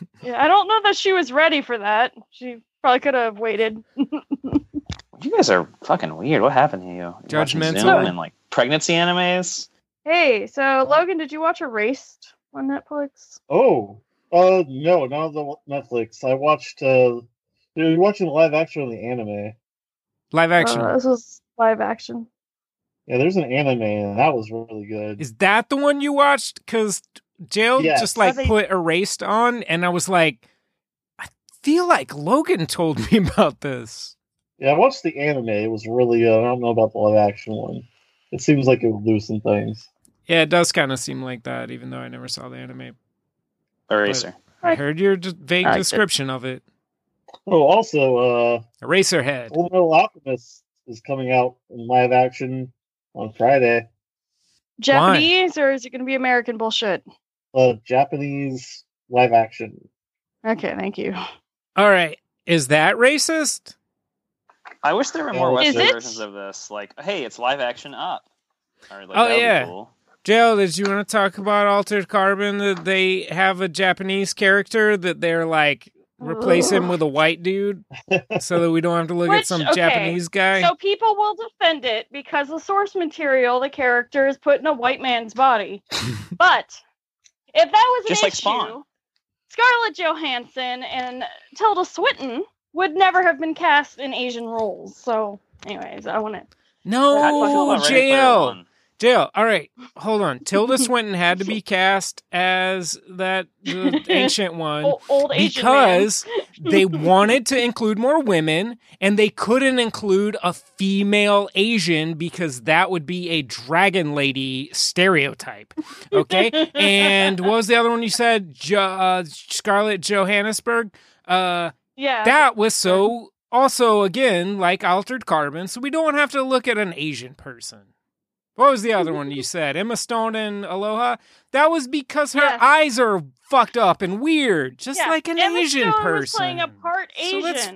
Speaker 4: Yeah, I don't know that she was ready for that. She probably could have waited.
Speaker 1: You guys are fucking weird. What happened to you? You're watching
Speaker 2: Judgmental.
Speaker 1: Zoom and like pregnancy animes.
Speaker 4: Hey, so Logan, did you watch Erased on Netflix?
Speaker 3: oh, uh, no, not on the Netflix. I watched. uh You're watching the live action of the anime.
Speaker 2: live action.
Speaker 4: Uh, this was live action.
Speaker 3: Yeah, there's an anime, and that was really good.
Speaker 2: Is that the one you watched? Because Jail
Speaker 3: Yes.
Speaker 2: just like
Speaker 4: Are they-
Speaker 2: put erased on, and I was like, I feel like Logan told me about this.
Speaker 3: Yeah, I watched the anime. It was really good. I don't know about the live action one. It seems like it would loosen things.
Speaker 2: Yeah, it does kind of seem like that, even though I never saw the anime.
Speaker 1: Eraser.
Speaker 2: I heard your d- vague
Speaker 1: I liked it.
Speaker 2: description of it.
Speaker 3: Oh, also, uh,
Speaker 2: Eraserhead.
Speaker 3: Full Metal Alchemist is coming out in live action on Friday.
Speaker 4: Japanese, or is it going to be American bullshit?
Speaker 3: Uh, Japanese live action.
Speaker 4: Okay, thank you.
Speaker 2: All right, is that racist?
Speaker 1: I wish there were more
Speaker 3: Is
Speaker 1: Western
Speaker 4: it?
Speaker 1: versions of this. Like, hey, it's live action up. Or, like,
Speaker 2: Oh,
Speaker 1: that would be
Speaker 2: yeah.
Speaker 1: cool.
Speaker 2: Jail, did you want to talk about Altered Carbon? That they have a Japanese character that they're like replace him
Speaker 4: Ugh.
Speaker 2: with a white dude, so that we don't have to look at
Speaker 4: Which-
Speaker 2: some
Speaker 4: okay,
Speaker 2: Japanese guy.
Speaker 4: So people will defend it because the source material, the character is put in a white man's body. but if that was an
Speaker 1: Just like
Speaker 4: issue,
Speaker 1: Spawn.
Speaker 4: Scarlett Johansson and Tilda Swinton would never have been cast in Asian roles. So, anyways, I want to.
Speaker 1: How do you feel
Speaker 2: no,
Speaker 1: about Ready Player
Speaker 2: JL.
Speaker 1: One?
Speaker 2: Jail. All right, hold on. Tilda Swinton had to be cast as that the ancient one
Speaker 4: Old Asian man.
Speaker 2: because they wanted to include more women, and they couldn't include a female Asian because that would be a dragon lady stereotype. Okay, and what was the other one you said? Jo- uh, Scarlett Johannesburg. Uh,
Speaker 4: Yeah.
Speaker 2: That was so also again like altered carbon, so we don't have to look at an Asian person. What was the other one you said? Emma Stone and Aloha? That was because her
Speaker 4: Yes.
Speaker 2: eyes are fucked up and weird, just
Speaker 4: Yeah,
Speaker 2: like an
Speaker 4: Emma
Speaker 2: Asian
Speaker 4: Stone
Speaker 2: person.
Speaker 4: Was playing a part
Speaker 2: So
Speaker 4: Asian.
Speaker 2: that's
Speaker 4: I'm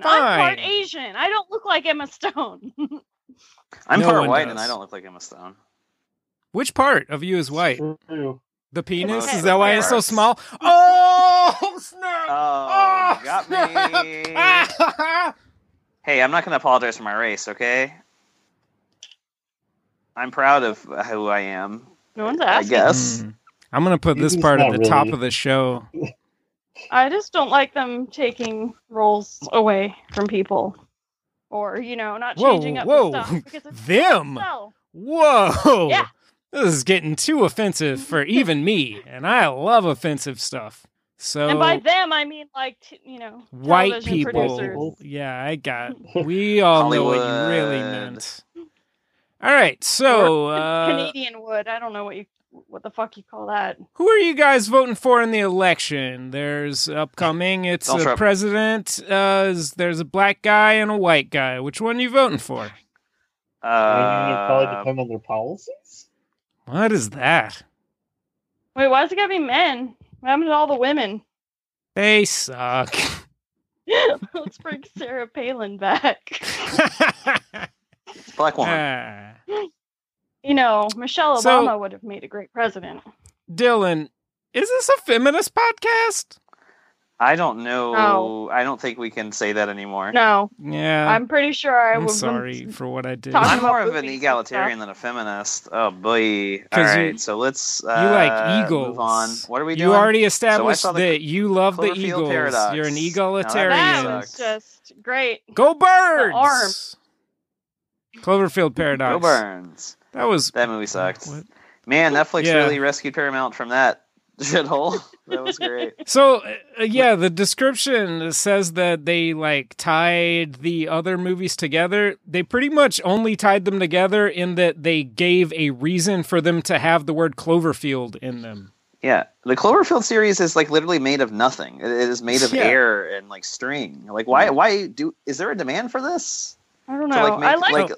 Speaker 2: fine.
Speaker 4: part Asian. I don't look like Emma Stone.
Speaker 1: I'm
Speaker 2: No
Speaker 1: part
Speaker 2: one
Speaker 1: white
Speaker 2: does.
Speaker 1: and I don't look like Emma Stone.
Speaker 2: Which part of you is white?
Speaker 3: Ew.
Speaker 2: The penis?
Speaker 1: Okay.
Speaker 2: Is that why it's so
Speaker 1: Parts.
Speaker 2: small? Oh snap!
Speaker 1: Oh,
Speaker 2: Oh,
Speaker 1: got
Speaker 2: snap.
Speaker 1: me.
Speaker 2: Ah,
Speaker 1: hey, I'm not going to apologize for my race, okay? I'm proud of who I am.
Speaker 4: no one's
Speaker 1: I
Speaker 4: asking.
Speaker 1: guess.
Speaker 2: Mm. I'm gonna put this
Speaker 3: It's
Speaker 2: part at
Speaker 3: not
Speaker 2: the top
Speaker 3: really.
Speaker 2: of the show.
Speaker 4: I just don't like them taking roles away from people, or you know, not
Speaker 2: Whoa,
Speaker 4: changing up
Speaker 2: whoa.
Speaker 4: the stuff because it's
Speaker 2: Them.
Speaker 4: No.
Speaker 2: Whoa!
Speaker 4: Yeah.
Speaker 2: This is getting too offensive for even me, and I love offensive stuff. So
Speaker 4: and by them I mean like t- you know,
Speaker 2: white
Speaker 4: television
Speaker 2: people.
Speaker 4: producers.
Speaker 2: Yeah, I got. We all know what you really
Speaker 1: Hollywood.
Speaker 2: meant. All right, so uh,
Speaker 4: Canadian wood. I don't know what you what the fuck you call that.
Speaker 2: who are you guys voting for in the election? There's upcoming. It's
Speaker 1: Donald
Speaker 2: a
Speaker 1: Trump.
Speaker 2: president. Uh, is- there's a black guy and a white guy. Which one you voting for?
Speaker 3: it probably
Speaker 1: Uh,
Speaker 3: depend on their policies.
Speaker 2: What is that?
Speaker 4: Wait, why does it gotta be men? What happened to all the women?
Speaker 2: They suck.
Speaker 4: Let's bring Sarah Palin back.
Speaker 1: black woman.
Speaker 2: Ah.
Speaker 4: You know, Michelle
Speaker 2: So-
Speaker 4: Obama would have made a great president.
Speaker 2: Dylan, is this a feminist podcast?
Speaker 1: I don't know.
Speaker 2: oh.
Speaker 4: No.
Speaker 1: I don't think we can say that anymore.
Speaker 4: No,
Speaker 2: Yeah.
Speaker 4: I'm pretty sure I
Speaker 2: I'm
Speaker 4: was
Speaker 2: sorry for what I did.
Speaker 4: Talking
Speaker 1: I'm more
Speaker 4: about
Speaker 1: of an
Speaker 4: movies and
Speaker 1: egalitarian than a feminist. Oh boy! All
Speaker 2: 'Cause you-
Speaker 1: right, so let's. Uh,
Speaker 2: you like eagles.
Speaker 1: Move on. What are we doing?
Speaker 2: You already established
Speaker 1: the
Speaker 2: that you love the
Speaker 1: Cloverfield
Speaker 2: eagles.
Speaker 1: paradox.
Speaker 2: You're an
Speaker 1: Now that
Speaker 4: That
Speaker 2: egalitarian.
Speaker 1: sucks.
Speaker 4: was just great.
Speaker 2: Go birds!
Speaker 4: arms.
Speaker 2: Cloverfield paradox.
Speaker 1: Go Burns.
Speaker 2: That was
Speaker 1: That movie sucked.
Speaker 2: What?
Speaker 1: Man, Netflix
Speaker 2: Yeah.
Speaker 1: really rescued Paramount from that shithole. that was great.
Speaker 2: So uh, yeah, the description says that they like tied the other movies together. They pretty much only tied them together in that they gave a reason for them to have the word Cloverfield in them.
Speaker 1: Yeah, the Cloverfield series is like literally made of nothing. It it is made of
Speaker 2: Yeah. Mm.
Speaker 1: air and like string. Like, why? Why do? Is there a demand for this?
Speaker 4: I don't
Speaker 1: To,
Speaker 4: know. I like,
Speaker 1: like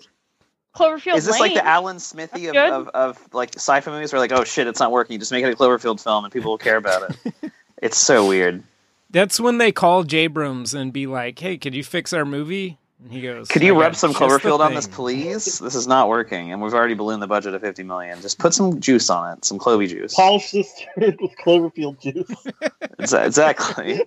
Speaker 4: Cloverfield
Speaker 1: is this
Speaker 4: Lane.
Speaker 1: like the Alan Smithy of,
Speaker 4: That's
Speaker 1: of, of like sci-fi movies where like oh shit it's not working you just make it a Cloverfield film and people will care about it it's so weird
Speaker 2: That's when they call Jabrams and be like, "Hey, could you fix our movie?" And he goes,
Speaker 1: could
Speaker 2: "I
Speaker 1: you
Speaker 2: got
Speaker 1: rub some
Speaker 2: just the
Speaker 1: Cloverfield on this
Speaker 2: thing."
Speaker 1: please this is not working and we've already ballooned the budget of 50 million just put some juice on it some clovey juice
Speaker 3: Polish this turd with Cloverfield juice.
Speaker 1: Exa- exactly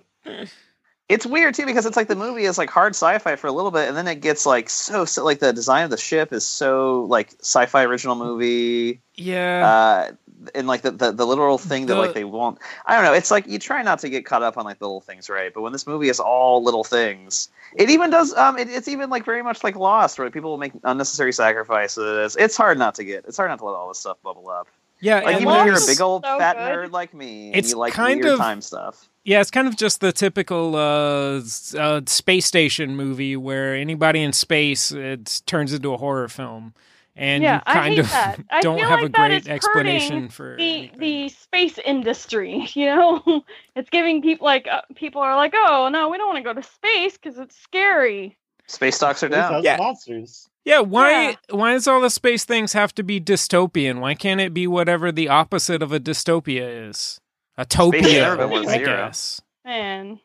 Speaker 1: it's weird too because it's like the movie is like hard sci-fi for a little bit and then it gets like so, so like the design of the ship is so like sci-fi original movie
Speaker 2: Yeah,
Speaker 1: uh, and like the, the the literal thing that
Speaker 2: The-
Speaker 1: like they won't. I don't know. It's like you try not to get caught up on like the little things, right? But when this movie is all little things, it even does. Um, it, it's even like very much like Lost, where people make unnecessary sacrifices. It's hard not to get. It's hard not to let all this stuff bubble up.
Speaker 2: yeah.
Speaker 1: Like
Speaker 2: and
Speaker 1: even if you're a
Speaker 2: there's-
Speaker 1: big old
Speaker 4: so
Speaker 1: fat
Speaker 4: good.
Speaker 1: nerd like me, and
Speaker 2: It's
Speaker 1: you like
Speaker 2: kind
Speaker 1: weird
Speaker 2: of-
Speaker 1: time stuff.
Speaker 2: yeah, it's kind of just the typical uh, s- uh, space station movie where anybody in space it turns into a horror film, and
Speaker 4: Yeah,
Speaker 2: you
Speaker 4: I
Speaker 2: kind
Speaker 4: hate
Speaker 2: of
Speaker 4: that. I
Speaker 2: don't
Speaker 4: feel
Speaker 2: have a
Speaker 4: like that is
Speaker 2: great
Speaker 4: hurting
Speaker 2: explanation for
Speaker 4: the
Speaker 2: anything.
Speaker 4: the space industry. You know, it's giving people like uh, people are like, oh no, we don't want to go to space because it's scary.
Speaker 1: Space stocks are
Speaker 3: It has
Speaker 1: down.
Speaker 2: Yeah.
Speaker 3: monsters.
Speaker 2: Yeah, why
Speaker 4: Yeah.
Speaker 2: why does all the space things have to be dystopian? Why can't it be whatever the opposite of a dystopia is? A topia,
Speaker 1: never
Speaker 4: was
Speaker 2: I
Speaker 1: zero.
Speaker 2: guess.
Speaker 4: Man,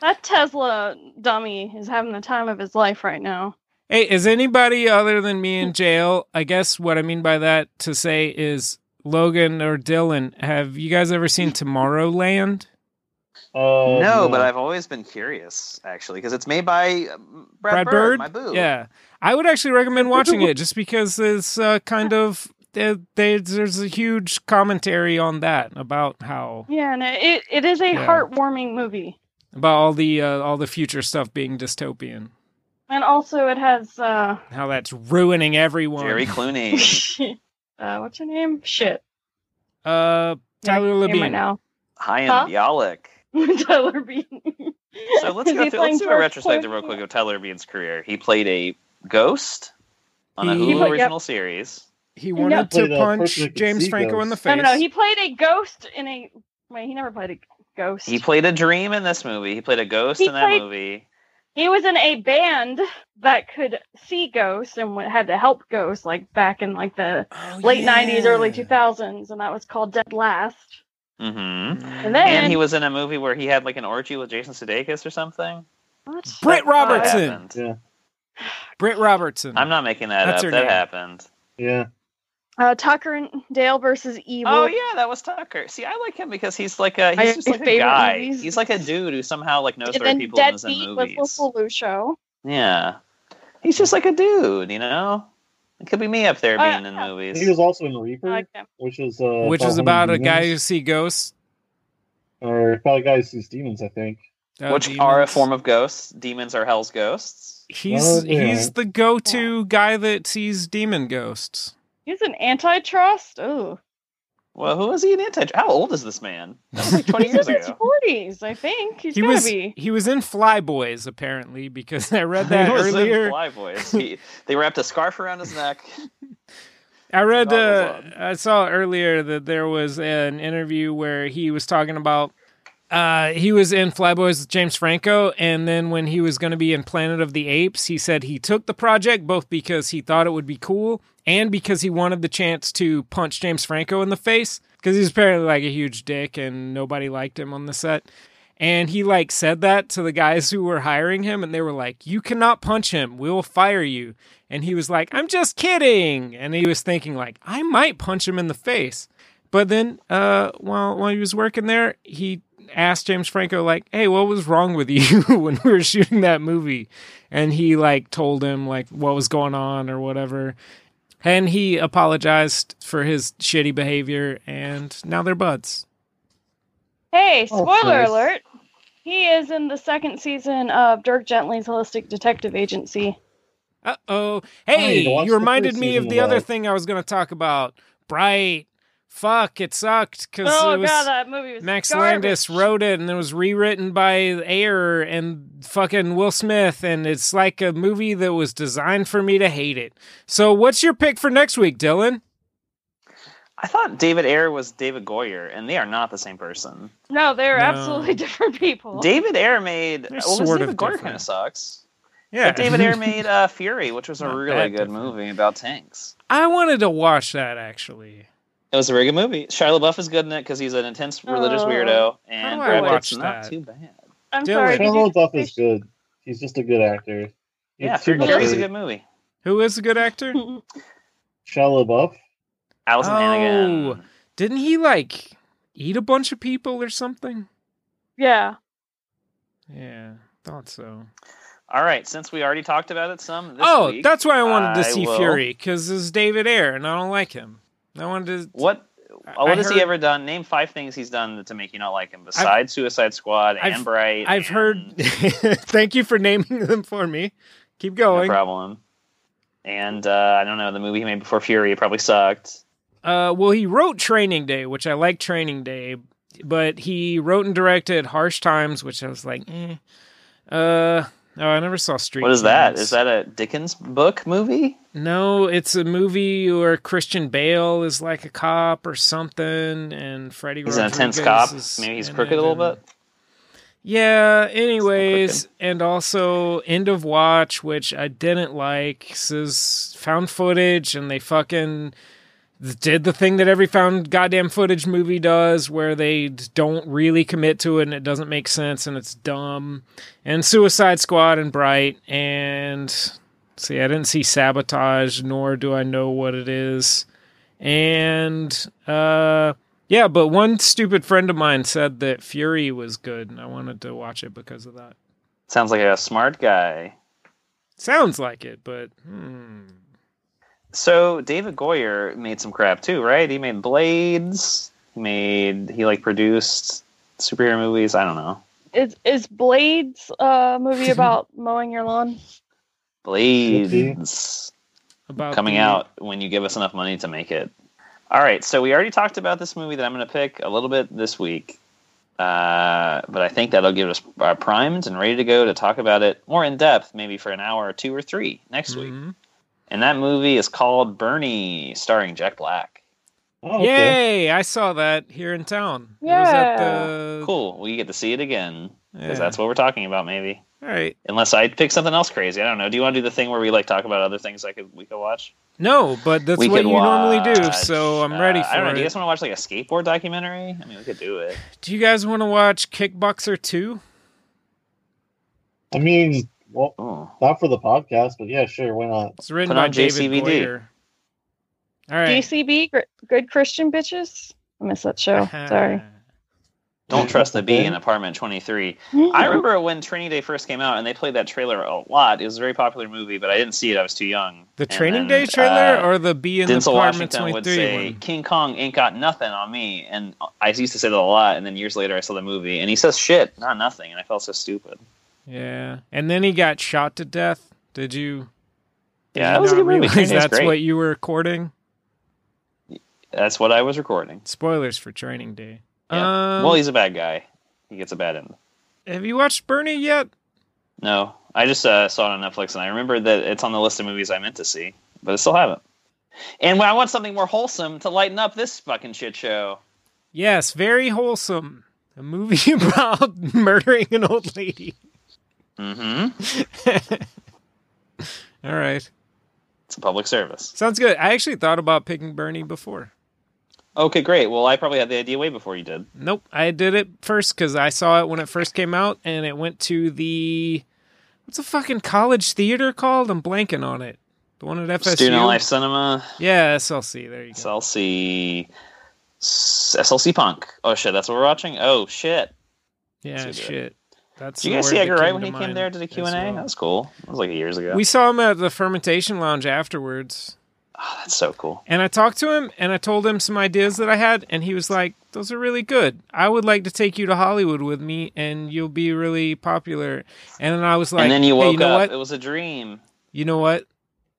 Speaker 4: that Tesla dummy is having the time of his life right now.
Speaker 2: Hey, is anybody other than me in jail? I guess what I mean by that to say is Logan or Dylan, have you guys ever seen Tomorrowland?
Speaker 3: Uh,
Speaker 1: No, but I've always been curious actually because it's made by um, Brad, Bird, my boo.
Speaker 2: Yeah. I would actually recommend watching it just because it's uh, kind of there- there- there's a huge commentary on that about how
Speaker 4: Yeah, and it it is a
Speaker 2: Yeah.
Speaker 4: heartwarming movie,
Speaker 2: about all the uh, all the future stuff being dystopian,
Speaker 4: and also it has uh,
Speaker 2: how that's ruining everyone.
Speaker 1: Jerry Clooney.
Speaker 4: uh what's her name? Shit,
Speaker 2: Uh, Tyler
Speaker 4: Name
Speaker 2: Labine.
Speaker 4: right now.
Speaker 1: Chaim
Speaker 4: Huh?
Speaker 1: Bialik.
Speaker 4: Tyler Bean.
Speaker 1: So let's go through, let's do a retrospective real quick of Tyler Bean's career. He played a ghost on a
Speaker 2: He-
Speaker 1: Hulu
Speaker 4: He played- yep.
Speaker 1: original series.
Speaker 2: He
Speaker 4: Yeah.
Speaker 2: wanted to
Speaker 3: Played a
Speaker 2: punch
Speaker 3: person that could
Speaker 2: James
Speaker 3: see
Speaker 2: Franco in the
Speaker 3: ghosts.
Speaker 2: face.
Speaker 4: No, no, no. He played a ghost in a. Wait, he never played a ghost.
Speaker 1: He played a dream in this movie. He played a ghost
Speaker 4: He
Speaker 1: in that
Speaker 4: played-
Speaker 1: movie.
Speaker 4: He was in a band that could see ghosts and wa- had to help ghosts, like back in like the
Speaker 2: Oh,
Speaker 4: late
Speaker 2: yeah.
Speaker 4: '90s, early 2000s, and that was called Dead Last.
Speaker 1: Mm-hmm.
Speaker 4: And
Speaker 1: And,
Speaker 4: then
Speaker 1: he was in a movie where he had like an orgy with Jason Sudeikis or something.
Speaker 4: what?
Speaker 2: Britt
Speaker 1: That
Speaker 2: Robertson.
Speaker 1: happened.
Speaker 2: Britt Robertson.
Speaker 1: I'm not making that
Speaker 2: That's her
Speaker 1: up. That
Speaker 2: name.
Speaker 1: happened.
Speaker 3: Yeah.
Speaker 4: Uh, Tucker and Dale versus Evil.
Speaker 1: Oh yeah, that was Tucker. See, I like him because he's like a
Speaker 4: I-
Speaker 1: he's just
Speaker 4: my
Speaker 1: like a
Speaker 4: favorite
Speaker 1: guy.
Speaker 4: movies.
Speaker 1: He's like a dude who somehow like knows
Speaker 4: and
Speaker 1: where
Speaker 4: then
Speaker 1: people and is in
Speaker 4: Deadbeat
Speaker 1: movies.
Speaker 4: with Lulu Show.
Speaker 1: Yeah, he's just like a dude, you know. It could be me up there
Speaker 4: Oh,
Speaker 1: being in
Speaker 4: yeah.
Speaker 1: movies.
Speaker 3: He was also in
Speaker 4: I
Speaker 2: Hmm.
Speaker 3: Reaper,
Speaker 4: like him.
Speaker 3: which is uh,
Speaker 2: which is about a guy who
Speaker 3: demons,
Speaker 2: see ghosts.
Speaker 3: or about a guy who sees demons. I think.
Speaker 2: uh,
Speaker 1: which are a
Speaker 2: demons.
Speaker 1: form of ghosts. Demons are hell's ghosts.
Speaker 2: He's
Speaker 3: Oh, yeah.
Speaker 2: he's the go-to guy that sees demon ghosts.
Speaker 4: He's an antitrust. Oh,
Speaker 1: Well, who is he in anti? How old is this man? That was like 20
Speaker 4: he's
Speaker 1: years
Speaker 4: in his
Speaker 1: ago.
Speaker 4: forties, I think. He's
Speaker 2: he
Speaker 4: gotta
Speaker 2: was
Speaker 4: be.
Speaker 2: he was in Flyboys apparently because I read that
Speaker 1: He was in
Speaker 2: earlier.
Speaker 1: Fly Boys. He, they wrapped a scarf around his neck.
Speaker 2: I read uh,
Speaker 1: Donald Lund.
Speaker 2: I saw earlier that there was an interview where he was talking about uh, he was in Flyboys with James Franco, and then when he was going to be in Planet of the Apes, he said he took the project both because he thought it would be cool and because he wanted the chance to punch James Franco in the face because he's apparently like a huge dick and nobody liked him on the set. And he like said that to the guys who were hiring him, and they were like, "You cannot punch him. We will fire you." And he was like, "I'm just kidding." And he was thinking like, "I might punch him in the face." But then, uh, while while he was working there, he asked James Franco like, "Hey, what was wrong with you when we were shooting that movie?" And he like told him like what was going on or whatever. And he apologized for his shitty behavior, and now they're buds.
Speaker 4: Hey,
Speaker 3: Oh,
Speaker 4: spoiler
Speaker 3: nice.
Speaker 4: alert. He is in the second season of Dirk Gently's Holistic Detective Agency.
Speaker 2: Uh oh!
Speaker 3: I need
Speaker 2: Hey,
Speaker 3: to watch
Speaker 2: you
Speaker 3: the
Speaker 2: reminded
Speaker 3: first
Speaker 2: me of
Speaker 3: season
Speaker 2: the
Speaker 3: of
Speaker 2: other
Speaker 3: that.
Speaker 2: thing I was going to talk about. Bright, fuck! It sucked because
Speaker 4: Oh
Speaker 2: it was
Speaker 4: god, that movie was
Speaker 2: Max
Speaker 4: garbage.
Speaker 2: Landis wrote it and it was rewritten by Ayer and fucking Will Smith and it's like a movie that was designed for me to hate it. So what's your pick for next week, Dylan?
Speaker 1: I thought David Ayer was David Goyer, and they are not the same person.
Speaker 4: No, they're
Speaker 2: No.
Speaker 4: absolutely different people.
Speaker 1: David Ayer made
Speaker 2: They're
Speaker 1: well, 'cause
Speaker 2: sort
Speaker 1: David
Speaker 2: of
Speaker 1: Goyer
Speaker 2: different.
Speaker 1: kind of sucks.
Speaker 2: Yeah.
Speaker 1: But David Ayer made uh, Fury, which was a
Speaker 2: Not
Speaker 1: really
Speaker 2: that
Speaker 1: good
Speaker 2: different.
Speaker 1: movie about tanks.
Speaker 2: I wanted to watch that actually.
Speaker 1: It was a very good movie. Shia LaBeouf is good in it because he's an intense religious
Speaker 4: Oh.
Speaker 1: weirdo, and
Speaker 2: How do I
Speaker 1: Brad
Speaker 2: watch
Speaker 1: Pitt's not
Speaker 2: that?
Speaker 1: too bad.
Speaker 4: I'm
Speaker 2: Dylan.
Speaker 4: sorry.
Speaker 2: Alright,
Speaker 4: did you
Speaker 3: Shia
Speaker 4: just
Speaker 3: LaBeouf
Speaker 4: say-
Speaker 3: is good. He's just a good actor. He's
Speaker 1: Yeah,
Speaker 3: too
Speaker 1: Fury
Speaker 3: much
Speaker 1: Fury's a
Speaker 3: like
Speaker 1: good movie.
Speaker 2: Who is a good actor?
Speaker 3: Shia LaBeouf.
Speaker 1: Allison
Speaker 2: Oh.
Speaker 1: Hannigan.
Speaker 2: Didn't he like eat a bunch of people or something?
Speaker 4: Yeah.
Speaker 2: Yeah, thought so.
Speaker 1: All right, since we already talked about it some this
Speaker 2: oh,
Speaker 1: week,
Speaker 2: that's why I wanted to
Speaker 1: I
Speaker 2: see
Speaker 1: will-
Speaker 2: Fury cuz it's David Ayer and I don't like him. I wanted to
Speaker 1: what
Speaker 2: I- I
Speaker 1: what has he
Speaker 2: heard-
Speaker 1: ever done? Name five things he's done to make you not like him besides Suicide Squad and
Speaker 2: I've-
Speaker 1: Bright.
Speaker 2: I've heard.
Speaker 1: and-
Speaker 2: Thank you for naming them for me. Keep
Speaker 1: No
Speaker 2: going.
Speaker 1: problem. And uh, I don't know the movie he made before Fury probably sucked.
Speaker 2: uh, well, he wrote Training Day, which I like Training Day, but he wrote and directed Harsh Times, which I was like, eh. uh, no, I never saw Street.
Speaker 1: What is that?
Speaker 2: Kings.
Speaker 1: Is that a Dickens book movie?
Speaker 2: no? It's a movie where Christian Bale is like a cop or something, and Freddie.
Speaker 1: He's an intense
Speaker 2: Rodriguez
Speaker 1: cop.
Speaker 2: is
Speaker 1: Maybe he's
Speaker 2: in
Speaker 1: crooked
Speaker 2: it,
Speaker 1: a little
Speaker 2: and-
Speaker 1: bit.
Speaker 2: Yeah, anyways, and also End of Watch, which I didn't like, is found footage and they fucking did the thing that every found goddamn footage movie does where they d- don't really commit to it and it doesn't make sense and it's dumb. And Suicide Squad and Bright and see, I didn't see Sabotage nor do I know what it is. And uh yeah, but one stupid friend of mine said that Fury was good, and I wanted to watch it because of that.
Speaker 1: Sounds like a smart guy.
Speaker 2: Sounds like it, but hmm.
Speaker 1: So David Goyer made some crap too, right? He made Blades. He made he like produced superhero movies. I don't know.
Speaker 4: Is is Blades a movie about mowing your lawn?
Speaker 1: Blades.
Speaker 2: about
Speaker 1: coming
Speaker 2: the-
Speaker 1: out when you give us enough money to make it. All right, so we already talked about this movie that I'm going to pick a little bit this week, uh, but I think that'll give us uh, primed and ready to go to talk about it more in depth, maybe for an hour or two or three next week.
Speaker 2: Mhm.
Speaker 1: And that movie is called Bernie, starring Jack Black.
Speaker 3: Oh, okay.
Speaker 2: Yay! I saw that here in town. It was
Speaker 4: Yeah.
Speaker 2: at the
Speaker 1: Cool, we get to see it again
Speaker 2: yeah.
Speaker 1: because that's what we're talking about, maybe.
Speaker 2: All right.
Speaker 1: Unless I pick something else crazy. I don't know. Do you want to do the thing where we like talk about other things I could we could watch?
Speaker 2: No, but that's
Speaker 1: we
Speaker 2: what
Speaker 1: could
Speaker 2: you normally do, so I'm
Speaker 1: watch,
Speaker 2: ready
Speaker 1: uh,
Speaker 2: for
Speaker 1: I don't know.
Speaker 2: it.
Speaker 1: Do you guys want to watch like a skateboard documentary? I mean, we could do it.
Speaker 2: do you guys want to watch Kickboxer 2?
Speaker 3: I mean, well,
Speaker 1: Oh,
Speaker 3: not for the podcast, but yeah, sure, why not?
Speaker 2: It's written
Speaker 1: Put
Speaker 2: by
Speaker 1: on
Speaker 2: David
Speaker 1: JCVD.
Speaker 2: Goyer. All right.
Speaker 4: DCB, gr- good Christian bitches. I miss that show.
Speaker 2: Uh-huh.
Speaker 4: Sorry.
Speaker 1: don't trust the bee in apartment twenty three. I remember when Training Day first came out, and they played that trailer a lot. It was a very popular movie, but I didn't see it. I was too young.
Speaker 2: The
Speaker 1: And
Speaker 2: Training
Speaker 1: then,
Speaker 2: Day trailer
Speaker 1: uh,
Speaker 2: or the Bee in
Speaker 1: Denzel
Speaker 2: Apartment
Speaker 1: Washington would
Speaker 2: 23
Speaker 1: say,
Speaker 2: one?
Speaker 1: "King Kong ain't got nothing on me," and I used to say that a lot. And then years later, I saw the movie, and he says shit, not nothing, and I felt so stupid.
Speaker 2: Yeah. And then he got shot to death. Did you did
Speaker 1: Yeah,
Speaker 2: you
Speaker 1: that was a
Speaker 2: not
Speaker 1: good movie.
Speaker 2: realize
Speaker 1: Training Day's
Speaker 2: that's
Speaker 1: great.
Speaker 2: what you were recording?
Speaker 1: That's what I was recording.
Speaker 2: Spoilers for Training Day.
Speaker 1: Yeah.
Speaker 2: Um,
Speaker 1: well, he's a bad guy. He gets a bad end.
Speaker 2: have you watched Bernie yet?
Speaker 1: No, I just uh, saw it on Netflix, and I remember that it's on the list of movies I meant to see, but I still haven't. And when I want something more wholesome to lighten up this fucking shit show,
Speaker 2: Yes, very wholesome. A movie about murdering an old lady. Mm-hmm.
Speaker 1: hmm
Speaker 2: All right.
Speaker 1: it's a public service.
Speaker 2: Sounds good. I actually thought about picking Bernie before.
Speaker 1: Okay, great. Well, I probably had the idea way before you did.
Speaker 2: Nope, I did it first because I saw it when it first came out, and it went to the what's a fucking college theater called? I'm blanking on it. The one at FSU.
Speaker 1: Student Life Cinema.
Speaker 2: Yeah, SLC. There you go.
Speaker 1: SLC S- SLC Punk. Oh shit, that's what we're watching. Oh shit.
Speaker 2: yeah,
Speaker 1: Let's do that.
Speaker 2: shit. That's
Speaker 1: Did you
Speaker 2: the
Speaker 1: guys see
Speaker 2: word
Speaker 1: Edgar
Speaker 2: that
Speaker 1: Wright
Speaker 2: came
Speaker 1: when
Speaker 2: to
Speaker 1: he came
Speaker 2: mind
Speaker 1: there? Did a
Speaker 2: as
Speaker 1: Q&A?
Speaker 2: well.
Speaker 1: That was cool. That was like years ago.
Speaker 2: We saw him at the Fermentation Lounge afterwards,
Speaker 1: oh, that's so cool.
Speaker 2: and I talked to him and I told him some ideas that I had, and he was like, "Those are really good. I would like to take you to Hollywood with me, and you'll be really popular." And then I was like,
Speaker 1: and then you
Speaker 2: "Hey,
Speaker 1: woke
Speaker 2: you know
Speaker 1: up.
Speaker 2: what?
Speaker 1: It was a dream.
Speaker 2: You know what,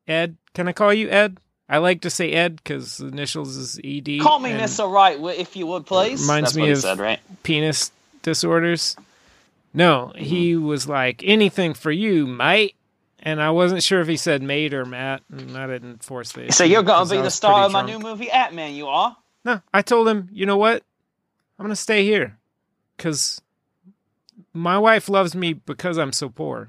Speaker 2: Ed? Can I call you Ed? I like to say Ed because initials is ED.
Speaker 1: Call me
Speaker 2: and
Speaker 1: Mr. Wright wi- if you would please.
Speaker 2: Reminds
Speaker 1: that's
Speaker 2: me
Speaker 1: what he
Speaker 2: of-
Speaker 1: said, right?
Speaker 2: Penis disorders. No, he
Speaker 1: Mm-hmm.
Speaker 2: was like anything for you, mate. And I wasn't sure if he said mate or Matt, and I didn't force the.
Speaker 1: He said,
Speaker 2: issue
Speaker 1: You're going
Speaker 2: 'cause
Speaker 1: to
Speaker 2: I
Speaker 1: be the
Speaker 2: was
Speaker 1: star
Speaker 2: pretty
Speaker 1: of my new
Speaker 2: drunk.
Speaker 1: movie, At Man, you are.
Speaker 2: No, I told him, you know what? I'm gonna stay here, cause my wife loves me because I'm so poor.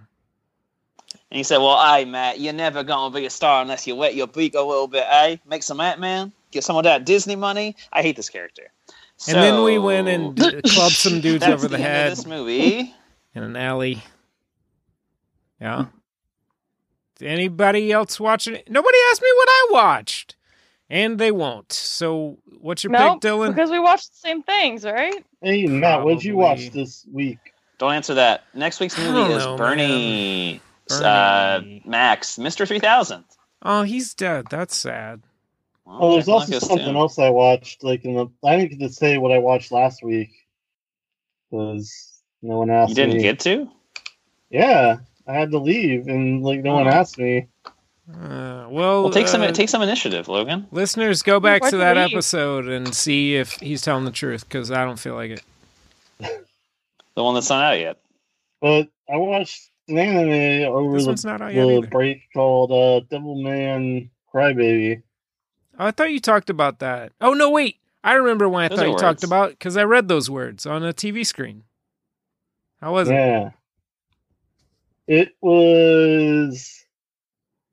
Speaker 1: And he said, Well, aye, Matt, you're never going to be a star unless you wet your beak a little bit, eh? Make some At Man, get some of that Disney money. I hate this character.
Speaker 2: And then we went
Speaker 1: So-
Speaker 2: and d- clubbed some dudes
Speaker 1: That's
Speaker 2: over the
Speaker 1: end of
Speaker 2: head.
Speaker 1: this movie.
Speaker 2: in an alley. Yeah. Anybody else watching? it? Nobody asked me what I watched, and they won't. So, what's your
Speaker 4: No,
Speaker 2: pick, Dylan?
Speaker 4: because we watched the same things, right?
Speaker 3: Hey, Matt, what'd you
Speaker 2: Probably.
Speaker 3: watch this week?
Speaker 1: Don't answer that. Next week's
Speaker 2: I
Speaker 1: movie
Speaker 2: don't
Speaker 1: is
Speaker 2: know,
Speaker 1: Bernie,
Speaker 2: Bernie.
Speaker 1: Uh, Max, Mr. 3000.
Speaker 2: oh, he's dead. That's sad.
Speaker 1: Well,
Speaker 3: Oh, there's
Speaker 1: Jack
Speaker 3: also
Speaker 1: Black's
Speaker 3: something
Speaker 1: in.
Speaker 3: else I watched. Like, in the, I didn't get to say what I watched last week because no one asked
Speaker 1: You didn't
Speaker 3: me.
Speaker 1: get to?
Speaker 3: Yeah, I had to leave, and like no one
Speaker 1: Oh.
Speaker 3: asked me.
Speaker 2: Uh, well,
Speaker 1: Well, take some
Speaker 2: uh,
Speaker 1: take some initiative, Logan.
Speaker 2: listeners, go back
Speaker 4: Why'd
Speaker 2: to
Speaker 4: you
Speaker 2: that
Speaker 4: leave?
Speaker 2: episode and see if he's telling the truth because I don't feel like it.
Speaker 1: The one that's not out yet.
Speaker 3: But I watched an anime over
Speaker 2: This
Speaker 3: the,
Speaker 2: one's not out yet
Speaker 3: the
Speaker 2: either.
Speaker 3: break called uh, Devilman Crybaby.
Speaker 2: Oh, I thought you talked about that. Oh no, wait. I remember when I
Speaker 1: Those
Speaker 2: thought
Speaker 1: are
Speaker 2: you talked
Speaker 1: words.
Speaker 2: about because I read those words on a TV screen. How was it?
Speaker 3: Yeah. It was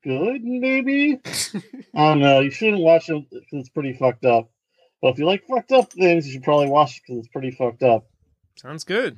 Speaker 3: good, maybe. I don't know. You shouldn't watch it because it's pretty fucked up. But if you like fucked up things, you should probably watch it because it's pretty fucked up.
Speaker 2: Sounds good.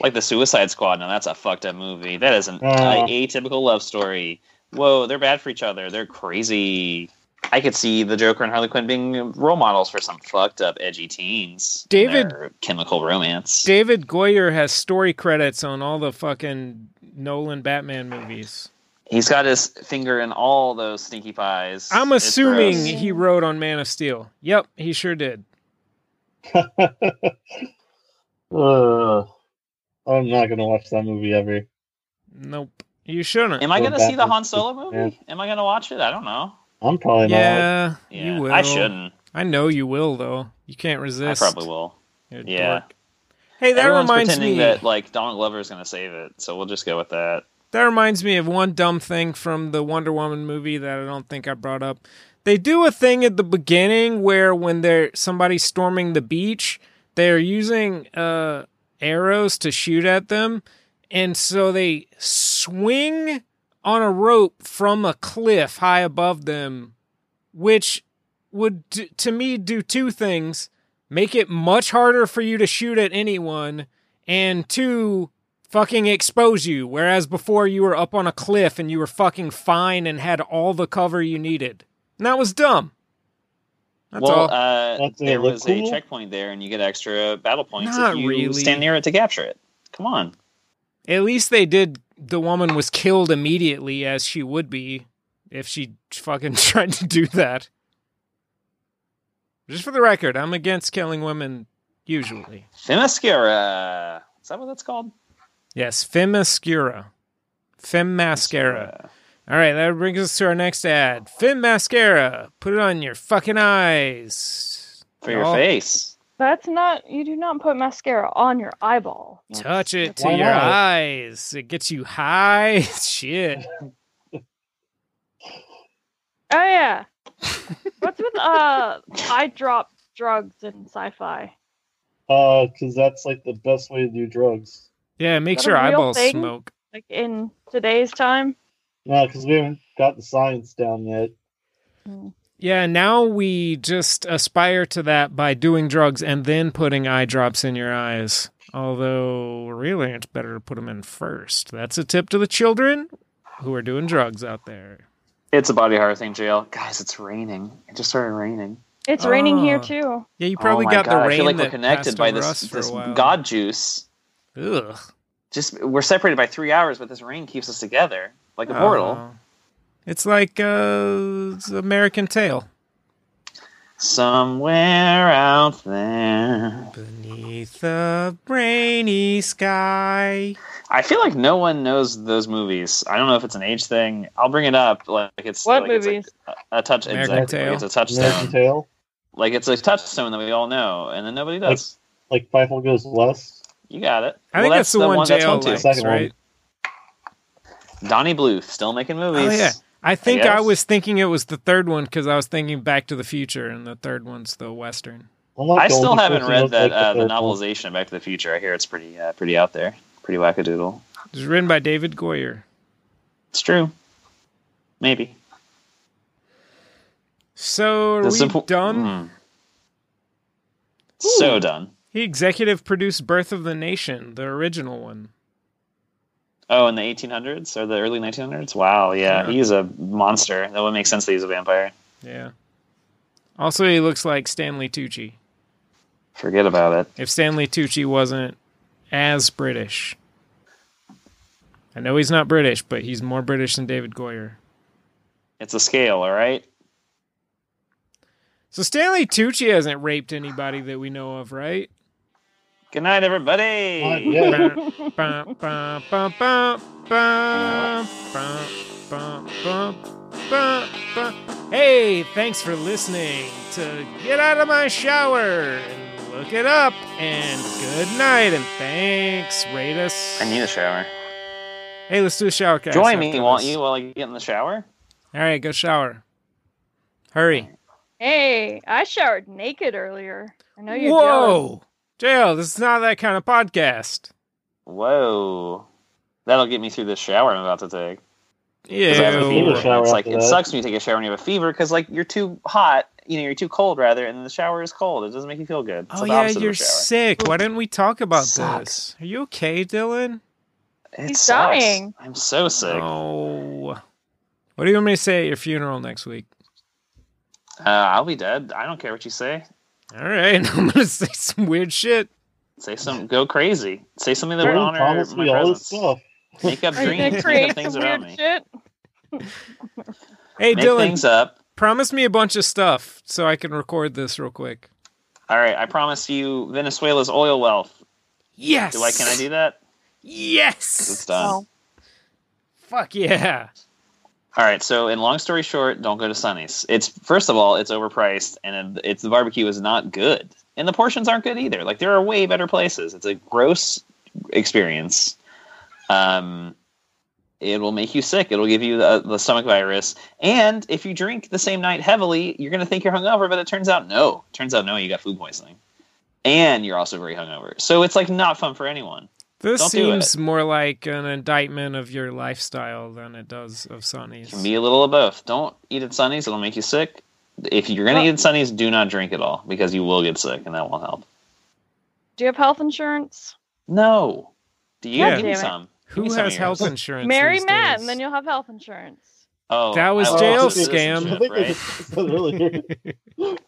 Speaker 1: Like the Suicide Squad. Now that's a fucked up movie. That is an
Speaker 3: Oh.
Speaker 1: uh, atypical love story. Whoa, they're bad for each other. They're crazy. I could see the Joker and Harley Quinn being role models for some fucked up edgy teens. and
Speaker 2: David-
Speaker 1: their chemical romance.
Speaker 2: David Goyer has story credits on all the fucking Nolan Batman movies.
Speaker 1: He's got his finger in all those stinky pies.
Speaker 2: I'm
Speaker 1: It's
Speaker 2: assuming
Speaker 1: gross.
Speaker 2: he wrote on Man of Steel. Yep, he sure did.
Speaker 3: Ugh. Uh, I'm not gonna watch that movie ever.
Speaker 2: Nope. You shouldn't.
Speaker 1: Am I
Speaker 3: Or
Speaker 1: going to see the
Speaker 3: backwards
Speaker 1: Han Solo movie? Am I going to watch it? I don't know.
Speaker 3: I'm probably not.
Speaker 2: yeah, you will.
Speaker 1: I shouldn't.
Speaker 2: I know you will though. You can't resist.
Speaker 1: I probably will.
Speaker 2: You're a
Speaker 1: yeah.
Speaker 2: dork. Hey, that
Speaker 1: Everyone's
Speaker 2: reminds
Speaker 1: pretending
Speaker 2: me
Speaker 1: that like Donald Glover is going to save it, so we'll just go with that.
Speaker 2: That reminds me of one dumb thing from the Wonder Woman movie that I don't think I brought up. They do a thing at the beginning where when they're somebody's storming the beach, they're using uh, arrows to shoot at them, and so they swing on a rope from a cliff high above them, which would d- to me do two things: make it much harder for you to shoot at anyone, and two, fucking expose you. Whereas before you were up on a cliff and you were fucking fine and had all the cover you needed. And that was dumb. That's
Speaker 1: well,
Speaker 2: all.
Speaker 1: uh,
Speaker 3: That's a
Speaker 1: there was a
Speaker 3: cool-
Speaker 1: checkpoint there, and you get extra battle points
Speaker 2: Not
Speaker 1: if you
Speaker 2: really.
Speaker 1: stand near it to capture it. Come on.
Speaker 2: At least they did. The woman was killed immediately, as she would be if she fucking tried to do that. Just for the record, I'm against killing women usually.
Speaker 1: Themyscira. Is that what that's called?
Speaker 2: Yes, fem mascara. Fem mascara. All right, that brings us to our next ad. Fem mascara. Put it on your fucking eyes.
Speaker 1: For your
Speaker 2: Oh.
Speaker 1: face.
Speaker 4: That's not. You do not put mascara on your eyeball.
Speaker 2: Touch it to
Speaker 3: Why
Speaker 2: your
Speaker 3: not?
Speaker 2: eyes. It gets you high. as Shit.
Speaker 4: Oh yeah. What's with uh eye drop drugs in sci-fi?
Speaker 3: Uh, because that's like the best way to do drugs.
Speaker 2: Yeah, it makes
Speaker 4: that a
Speaker 2: your
Speaker 4: real
Speaker 2: eyeballs
Speaker 4: thing?
Speaker 2: smoke.
Speaker 4: Like in today's time.
Speaker 3: No, because we haven't got the science down yet.
Speaker 2: Yeah, now we just aspire to that by doing drugs and then putting eye drops in your eyes. Although, really, it's better to put them in first. That's a tip to the children who are doing drugs out there.
Speaker 1: It's a body horror thing, JL. Guys, it's raining. It just started raining.
Speaker 4: It's raining here
Speaker 2: Ah.
Speaker 4: too.
Speaker 2: Yeah, you probably
Speaker 1: oh my
Speaker 2: got
Speaker 1: God,
Speaker 2: the rain
Speaker 1: I feel like
Speaker 2: that
Speaker 1: we're connected
Speaker 2: passed
Speaker 1: by
Speaker 2: over
Speaker 1: this
Speaker 2: us for
Speaker 1: this
Speaker 2: a while.
Speaker 1: god juice.
Speaker 2: Ugh.
Speaker 1: Just we're separated by three hours, but this rain keeps us together like a portal.
Speaker 2: Oh. It's like uh, it's American Tail.
Speaker 1: Somewhere out there.
Speaker 2: Beneath the rainy sky.
Speaker 1: I feel like no one knows those movies. I don't know if it's an age thing. I'll bring it up. Like it's
Speaker 4: What
Speaker 1: like, it's like
Speaker 4: movies?
Speaker 1: a touch
Speaker 2: American
Speaker 1: exactly.
Speaker 2: Tail.
Speaker 1: It's a touchstone.
Speaker 3: American Tail,
Speaker 1: Like it's a touchstone that we all know, and then nobody does.
Speaker 3: like Fievel Goes West.
Speaker 1: You got it.
Speaker 2: I think that's, the one
Speaker 1: That's
Speaker 2: JL
Speaker 1: one too.
Speaker 2: likes,
Speaker 3: Second one.
Speaker 2: right?
Speaker 1: Donnie Bluth still making movies.
Speaker 2: Oh, yeah. I think I,
Speaker 1: guess.
Speaker 2: was thinking it was the third one because I was thinking Back to the Future, and the third one's the Western.
Speaker 3: I'm not
Speaker 1: I
Speaker 3: the
Speaker 1: still
Speaker 3: only
Speaker 1: haven't
Speaker 3: person
Speaker 1: read that
Speaker 3: that's like
Speaker 1: uh, the
Speaker 3: third
Speaker 1: novelization of Back to the Future. I hear it's pretty uh, pretty out there, pretty wackadoodle.
Speaker 2: It was written by David Goyer.
Speaker 1: It's true. Maybe.
Speaker 2: So are
Speaker 1: This
Speaker 2: we
Speaker 1: impo-
Speaker 2: done?
Speaker 1: Mm. So done.
Speaker 2: He executive produced Birth of the Nation, the original one.
Speaker 1: Oh, in the 1800s or the early 1900s? Wow, yeah,
Speaker 2: Yeah.
Speaker 1: he's a monster. That would make sense that he's a vampire.
Speaker 2: Yeah. Also, he looks like Stanley Tucci.
Speaker 1: Forget about it.
Speaker 2: If Stanley Tucci wasn't as British, I know he's not British, but he's more British than David Goyer.
Speaker 1: It's a scale, all right.
Speaker 2: So Stanley Tucci hasn't raped anybody that we know of, right?
Speaker 1: Good night, everybody.
Speaker 3: Not yet.
Speaker 2: Bum, bum, bum, bum, bum, bum, bum, bum, bum, bum, bum. Hey, thanks for listening to Get Out of My Shower and look it up. And good night and thanks. Rate us.
Speaker 1: I need a shower.
Speaker 2: Hey, let's do a shower cast.
Speaker 1: Join me,
Speaker 2: after
Speaker 1: won't
Speaker 2: this.
Speaker 1: you, while I get in the shower?
Speaker 2: All right, go shower. Hurry.
Speaker 4: Hey, I showered naked earlier. I know you're jealous.
Speaker 2: Whoa. JL, this is not that kind of podcast.
Speaker 1: Whoa. That'll get me through this shower I'm about to take. 'Cause I have a
Speaker 3: Ew.
Speaker 1: fever.
Speaker 3: Need a shower
Speaker 1: It's like
Speaker 3: after
Speaker 1: it
Speaker 3: that.
Speaker 1: sucks when you take a shower and you have a fever because like you're too hot, you know, you're too cold rather, and the shower is cold. It doesn't make you feel good. It's
Speaker 2: Oh
Speaker 1: the
Speaker 2: yeah,
Speaker 1: opposite of a
Speaker 2: you're
Speaker 1: shower.
Speaker 2: sick. Why didn't we talk about
Speaker 1: Sucks.
Speaker 2: this? Are you okay, Dylan?
Speaker 1: It
Speaker 4: He's
Speaker 1: sucks.
Speaker 4: dying.
Speaker 1: I'm so sick.
Speaker 2: Oh. What do you want me to say at your funeral next week?
Speaker 1: Uh, I'll be dead. I don't care what you say.
Speaker 2: All right, I'm gonna say some weird shit.
Speaker 1: Say some. Go crazy. Say something that
Speaker 3: One.
Speaker 1: would
Speaker 3: Ooh,
Speaker 1: honor
Speaker 3: promise
Speaker 1: my
Speaker 3: me all
Speaker 1: presence.
Speaker 3: this stuff.
Speaker 1: Make up
Speaker 4: Are you gonna
Speaker 1: dreams. Make up
Speaker 4: create
Speaker 1: things
Speaker 4: some
Speaker 1: around
Speaker 4: weird
Speaker 1: me.
Speaker 4: shit?
Speaker 2: Hey,
Speaker 1: Make
Speaker 2: Dylan,
Speaker 1: things up.
Speaker 2: promise me a bunch of stuff so I can record this real quick.
Speaker 1: All right. I promise you Venezuela's oil wealth.
Speaker 2: Yes.
Speaker 1: Do I? Can I do that? It's
Speaker 2: Yes.
Speaker 1: done.
Speaker 4: Oh.
Speaker 2: Fuck yeah.
Speaker 1: All right. So, in long story short, don't go to Sonny's. It's first of all, it's overpriced, and it's the barbecue is not good, and the portions aren't good either. Like there are way better places. It's a gross experience. Um, it will make you sick. It'll give you the, the stomach virus, and if you drink the same night heavily, you're going to think you're hungover, but it turns out no. Turns out no, you got food poisoning, and you're also very hungover. So it's like not fun for anyone.
Speaker 2: This
Speaker 1: Don't do
Speaker 2: seems more like an indictment of your lifestyle than it does of Sonny's.
Speaker 1: Can be a little of both. Don't eat at Sunny's; it'll make you sick. If you're gonna eat at Sunny's, do not drink at all because you will get sick, and that won't help.
Speaker 4: Do you have health insurance?
Speaker 1: No, do you
Speaker 2: Yeah.
Speaker 1: give
Speaker 4: Damn
Speaker 1: me
Speaker 4: it.
Speaker 1: some? Give me
Speaker 2: Who
Speaker 1: some
Speaker 2: has
Speaker 1: of yours.
Speaker 2: health insurance?
Speaker 4: Marry
Speaker 2: these
Speaker 4: Matt,
Speaker 2: days?
Speaker 4: and then you'll have health insurance.
Speaker 1: Oh,
Speaker 2: That was
Speaker 1: I lost
Speaker 2: JL's
Speaker 1: the
Speaker 2: scam.
Speaker 1: citizenship,
Speaker 3: I think
Speaker 1: right?
Speaker 3: that's- that's really-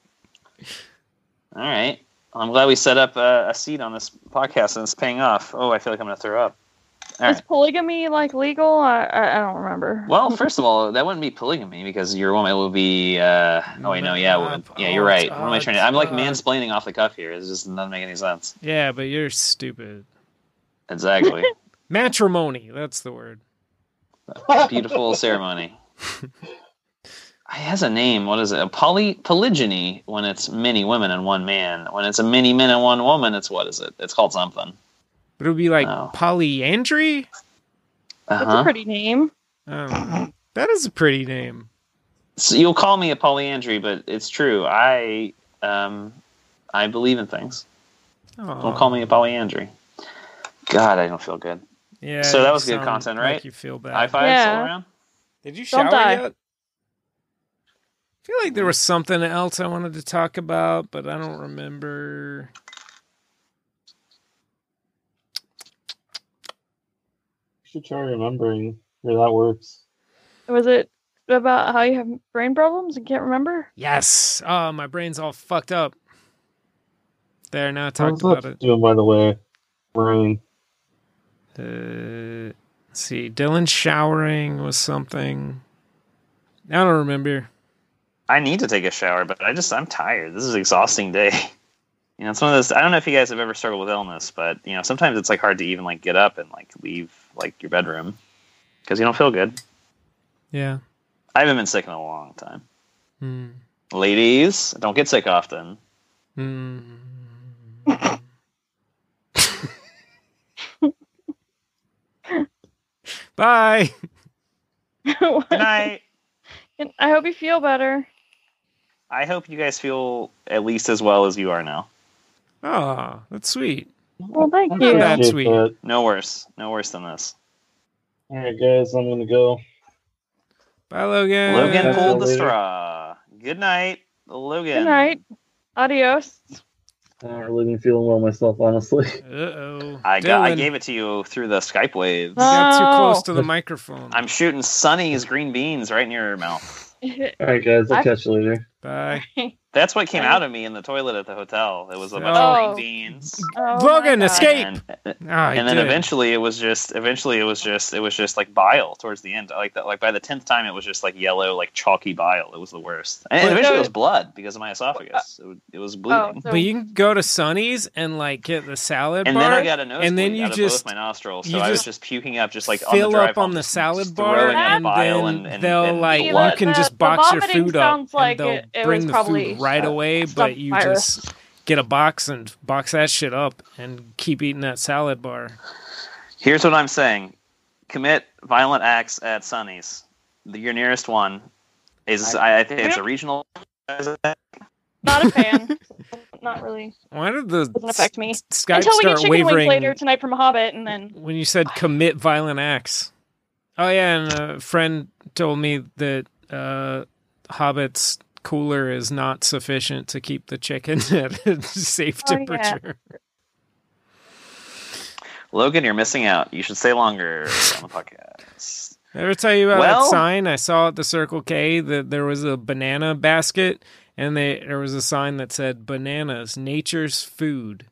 Speaker 1: All right. I'm glad we set up uh, a, a seat on this podcast and it's paying off. Oh, I feel like I'm going to throw up. All
Speaker 4: Is
Speaker 1: right.
Speaker 4: polygamy like legal? I, I, I don't remember.
Speaker 1: Well, first of all, that wouldn't be polygamy because your woman would be. Uh, oh wait, no, yeah, it would- yeah,
Speaker 2: Oh,
Speaker 1: you're right. What am I trying to? I'm like mansplaining off the cuff here. It just doesn't make any sense.
Speaker 2: Yeah, but you're stupid.
Speaker 1: Exactly.
Speaker 2: Matrimony, that's the word.
Speaker 1: Beautiful ceremony. It has a name. What is it? A poly polygyny when it's many women and one man. When it's a many men and one woman, it's what is it? It's called something.
Speaker 2: But it would be like
Speaker 1: Oh.
Speaker 2: polyandry?
Speaker 1: Uh
Speaker 4: That's
Speaker 1: huh.
Speaker 4: a pretty name.
Speaker 2: Um, that is a pretty name.
Speaker 1: so you'll call me a polyandry, but it's true. I um, I believe in things.
Speaker 2: Aw.
Speaker 1: Don't call me a polyandry. God, I don't feel good.
Speaker 2: Yeah.
Speaker 1: So that
Speaker 2: you
Speaker 1: was good
Speaker 2: sound
Speaker 1: content,
Speaker 2: like
Speaker 1: right?
Speaker 2: you feel bad.
Speaker 1: High five
Speaker 4: Yeah.
Speaker 1: all around.
Speaker 2: Did you shower
Speaker 4: Don't die.
Speaker 2: yet? I feel like there was something else I wanted to talk about, but I don't remember.
Speaker 3: should try remembering where that works.
Speaker 4: Was it about how you have brain problems and can't remember?
Speaker 2: Yes. Oh, my brain's all fucked up. There, now I talked
Speaker 3: How's
Speaker 2: about
Speaker 3: that
Speaker 2: it.
Speaker 3: Doing by the way, Brain.
Speaker 2: Uh, let's see. Dylan showering was something. I don't remember.
Speaker 1: I need to take a shower, but I just I'm tired. This is an exhausting day. You know, it's one of those. I don't know if you guys have ever struggled with illness, but you know, sometimes it's like hard to even like get up and like leave like your bedroom because you don't feel good.
Speaker 2: Yeah.
Speaker 1: I haven't been sick in a long time.
Speaker 2: Hmm.
Speaker 1: Ladies, don't get sick often.
Speaker 2: Mm. Bye.
Speaker 1: Good night.
Speaker 4: I hope you feel better.
Speaker 1: I hope you guys feel at least as well as you are now.
Speaker 2: Oh, that's sweet.
Speaker 4: Well, thank
Speaker 3: I
Speaker 4: you.
Speaker 2: That's
Speaker 3: appreciate
Speaker 2: sweet.
Speaker 3: that.
Speaker 1: No worse. No worse than this.
Speaker 3: All right, guys, I'm gonna go.
Speaker 2: Bye, Logan.
Speaker 1: Logan pulled the
Speaker 3: Later.
Speaker 1: straw. Good night, Logan.
Speaker 4: Good night. Adios.
Speaker 3: I don't really been feeling well myself, honestly.
Speaker 2: Uh oh.
Speaker 1: I got. I gave it to you through the Skype waves.
Speaker 2: You got too close to the
Speaker 3: Oh.
Speaker 2: microphone.
Speaker 1: I'm shooting Sunny's green beans right near your mouth.
Speaker 4: Oh
Speaker 3: All right, guys, I'll
Speaker 4: I-
Speaker 3: catch you later.
Speaker 2: Bye.
Speaker 1: That's what came out of me in the toilet at the hotel. It was a bunch
Speaker 4: Oh.
Speaker 1: of green beans.
Speaker 4: Oh
Speaker 2: Logan,
Speaker 4: my God.
Speaker 2: escape!
Speaker 1: And,
Speaker 2: Ah,
Speaker 1: and then eventually it was just eventually it was just it was just like bile towards the end. Like that like by the tenth time it was just like yellow, like chalky bile. It was the worst. And
Speaker 2: But-
Speaker 1: eventually it was blood because of my esophagus. It, would- it was
Speaker 4: Oh,
Speaker 1: bleeding.
Speaker 4: so
Speaker 2: But you can go to Sonny's and like get the salad
Speaker 1: and
Speaker 2: bar.
Speaker 1: then I got a nose
Speaker 2: and then you
Speaker 1: out
Speaker 2: just-
Speaker 1: of both my nostrils, so
Speaker 2: you
Speaker 1: I was
Speaker 2: just
Speaker 1: just puking up, just like on
Speaker 2: fill
Speaker 1: the
Speaker 2: up
Speaker 1: drive
Speaker 2: on
Speaker 1: home,
Speaker 2: the
Speaker 1: just
Speaker 2: salad bar,
Speaker 1: throwing up
Speaker 4: and
Speaker 1: bile
Speaker 2: then
Speaker 1: and, and,
Speaker 2: they'll
Speaker 1: and
Speaker 2: like
Speaker 4: See,
Speaker 1: blood.
Speaker 2: you can
Speaker 4: the-
Speaker 2: just
Speaker 4: the
Speaker 2: box your
Speaker 4: vomiting
Speaker 2: food up
Speaker 4: sounds
Speaker 2: and
Speaker 4: like
Speaker 2: they'll
Speaker 4: it- it
Speaker 2: bring
Speaker 4: was
Speaker 2: the
Speaker 4: probably,
Speaker 2: food right
Speaker 1: uh,
Speaker 2: away, but
Speaker 4: some
Speaker 2: you
Speaker 4: virus.
Speaker 2: just get a box and box that shit up and keep eating that salad bar.
Speaker 1: Here's what I'm saying: commit violent acts at Sunny's. The- Your nearest one is, I, I think it's a regional.
Speaker 4: Not a fan. Not really.
Speaker 2: Why did the
Speaker 4: Doesn't affect me.
Speaker 2: s- Skype
Speaker 4: Until we get
Speaker 2: start
Speaker 4: chicken wings
Speaker 2: wavering
Speaker 4: later tonight from Hobbit, and then
Speaker 2: when you said commit violent acts? Oh yeah, and a friend told me that uh, Hobbit's cooler is not sufficient to keep the chicken at a safe
Speaker 4: Oh, yeah.
Speaker 2: temperature.
Speaker 1: Logan, you're missing out. You should stay longer on the podcast.
Speaker 2: Did I ever tell you about
Speaker 1: Well-
Speaker 2: that sign I saw at the Circle K that there was a banana basket and they, there was a sign that said bananas, nature's food.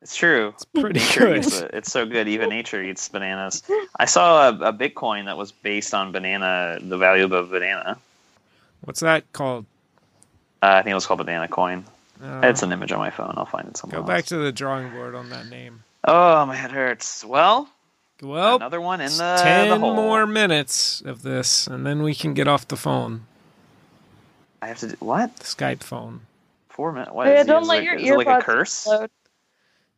Speaker 1: It's true.
Speaker 2: It's pretty
Speaker 1: Nature
Speaker 2: good.
Speaker 1: eats it. It's so good. Even nature eats bananas. I saw a, a Bitcoin that was based on banana, the value of a banana.
Speaker 2: What's that called?
Speaker 1: Uh, I think it was called Banana Coin.
Speaker 2: Uh,
Speaker 1: It's an image on my phone. I'll find it somewhere.
Speaker 2: go back
Speaker 1: else.
Speaker 2: to the drawing board on that name.
Speaker 1: Oh, my head hurts. Well,
Speaker 2: Well,
Speaker 1: another one in
Speaker 2: it's
Speaker 1: the
Speaker 2: ten
Speaker 1: the hole.
Speaker 2: more minutes of this, and then we can get off the phone,
Speaker 1: I have to do what?
Speaker 2: the Skype phone.
Speaker 1: Four minutes. What
Speaker 4: Yeah,
Speaker 1: is it-
Speaker 4: don't
Speaker 1: is
Speaker 4: let
Speaker 1: it-
Speaker 4: your
Speaker 1: is it like a
Speaker 4: earbuds
Speaker 1: curse?
Speaker 4: load.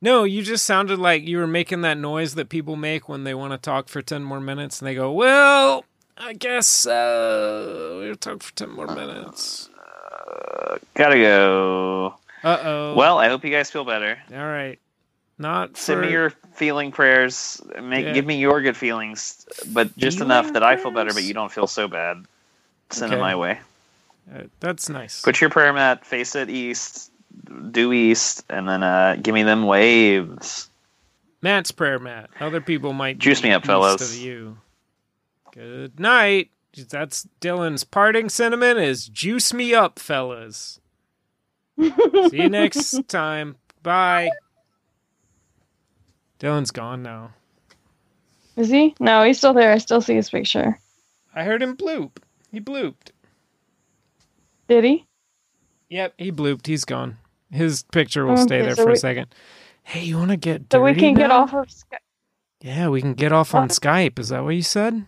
Speaker 2: No, you just sounded like you were making that noise that people make when they want to talk for 10 more minutes and they go, Well, I guess uh, we'll talk for 10 more minutes.
Speaker 1: Gotta go.
Speaker 2: Uh oh.
Speaker 1: Well, I hope you guys feel better.
Speaker 2: all right. Not
Speaker 1: Send
Speaker 2: for-
Speaker 1: me your feeling prayers. Make
Speaker 2: Yeah.
Speaker 1: give me your good feelings, but just
Speaker 2: Feeling
Speaker 1: enough that I feel better,
Speaker 2: prayers?
Speaker 1: but you don't feel so bad. Send
Speaker 2: Okay.
Speaker 1: it my way.
Speaker 2: Uh, that's nice.
Speaker 1: Put your prayer mat, face it east, due east, and then uh, give me them waves.
Speaker 2: Matt's prayer mat. Other people might
Speaker 1: Juice
Speaker 2: be
Speaker 1: me up,
Speaker 2: east
Speaker 1: fellas.
Speaker 2: Of you. Good night. That's Dylan's parting sentiment is juice me up, fellas. See you next time. Bye. Dylan's gone now.
Speaker 4: Is he? No, he's still there. I still see his picture.
Speaker 2: I heard him bloop. He blooped.
Speaker 4: Did he?
Speaker 2: Yep, he blooped. He's gone. His picture will stay
Speaker 4: Okay,
Speaker 2: there
Speaker 4: so
Speaker 2: for a
Speaker 4: we-
Speaker 2: second. Hey, you want to get
Speaker 4: So we
Speaker 2: dirty
Speaker 4: can get
Speaker 2: now?
Speaker 4: off of Skype.
Speaker 2: Yeah, we can get off on
Speaker 4: What?
Speaker 2: Skype. Is that what you said?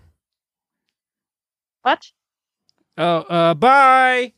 Speaker 4: What?
Speaker 2: Oh, uh, bye.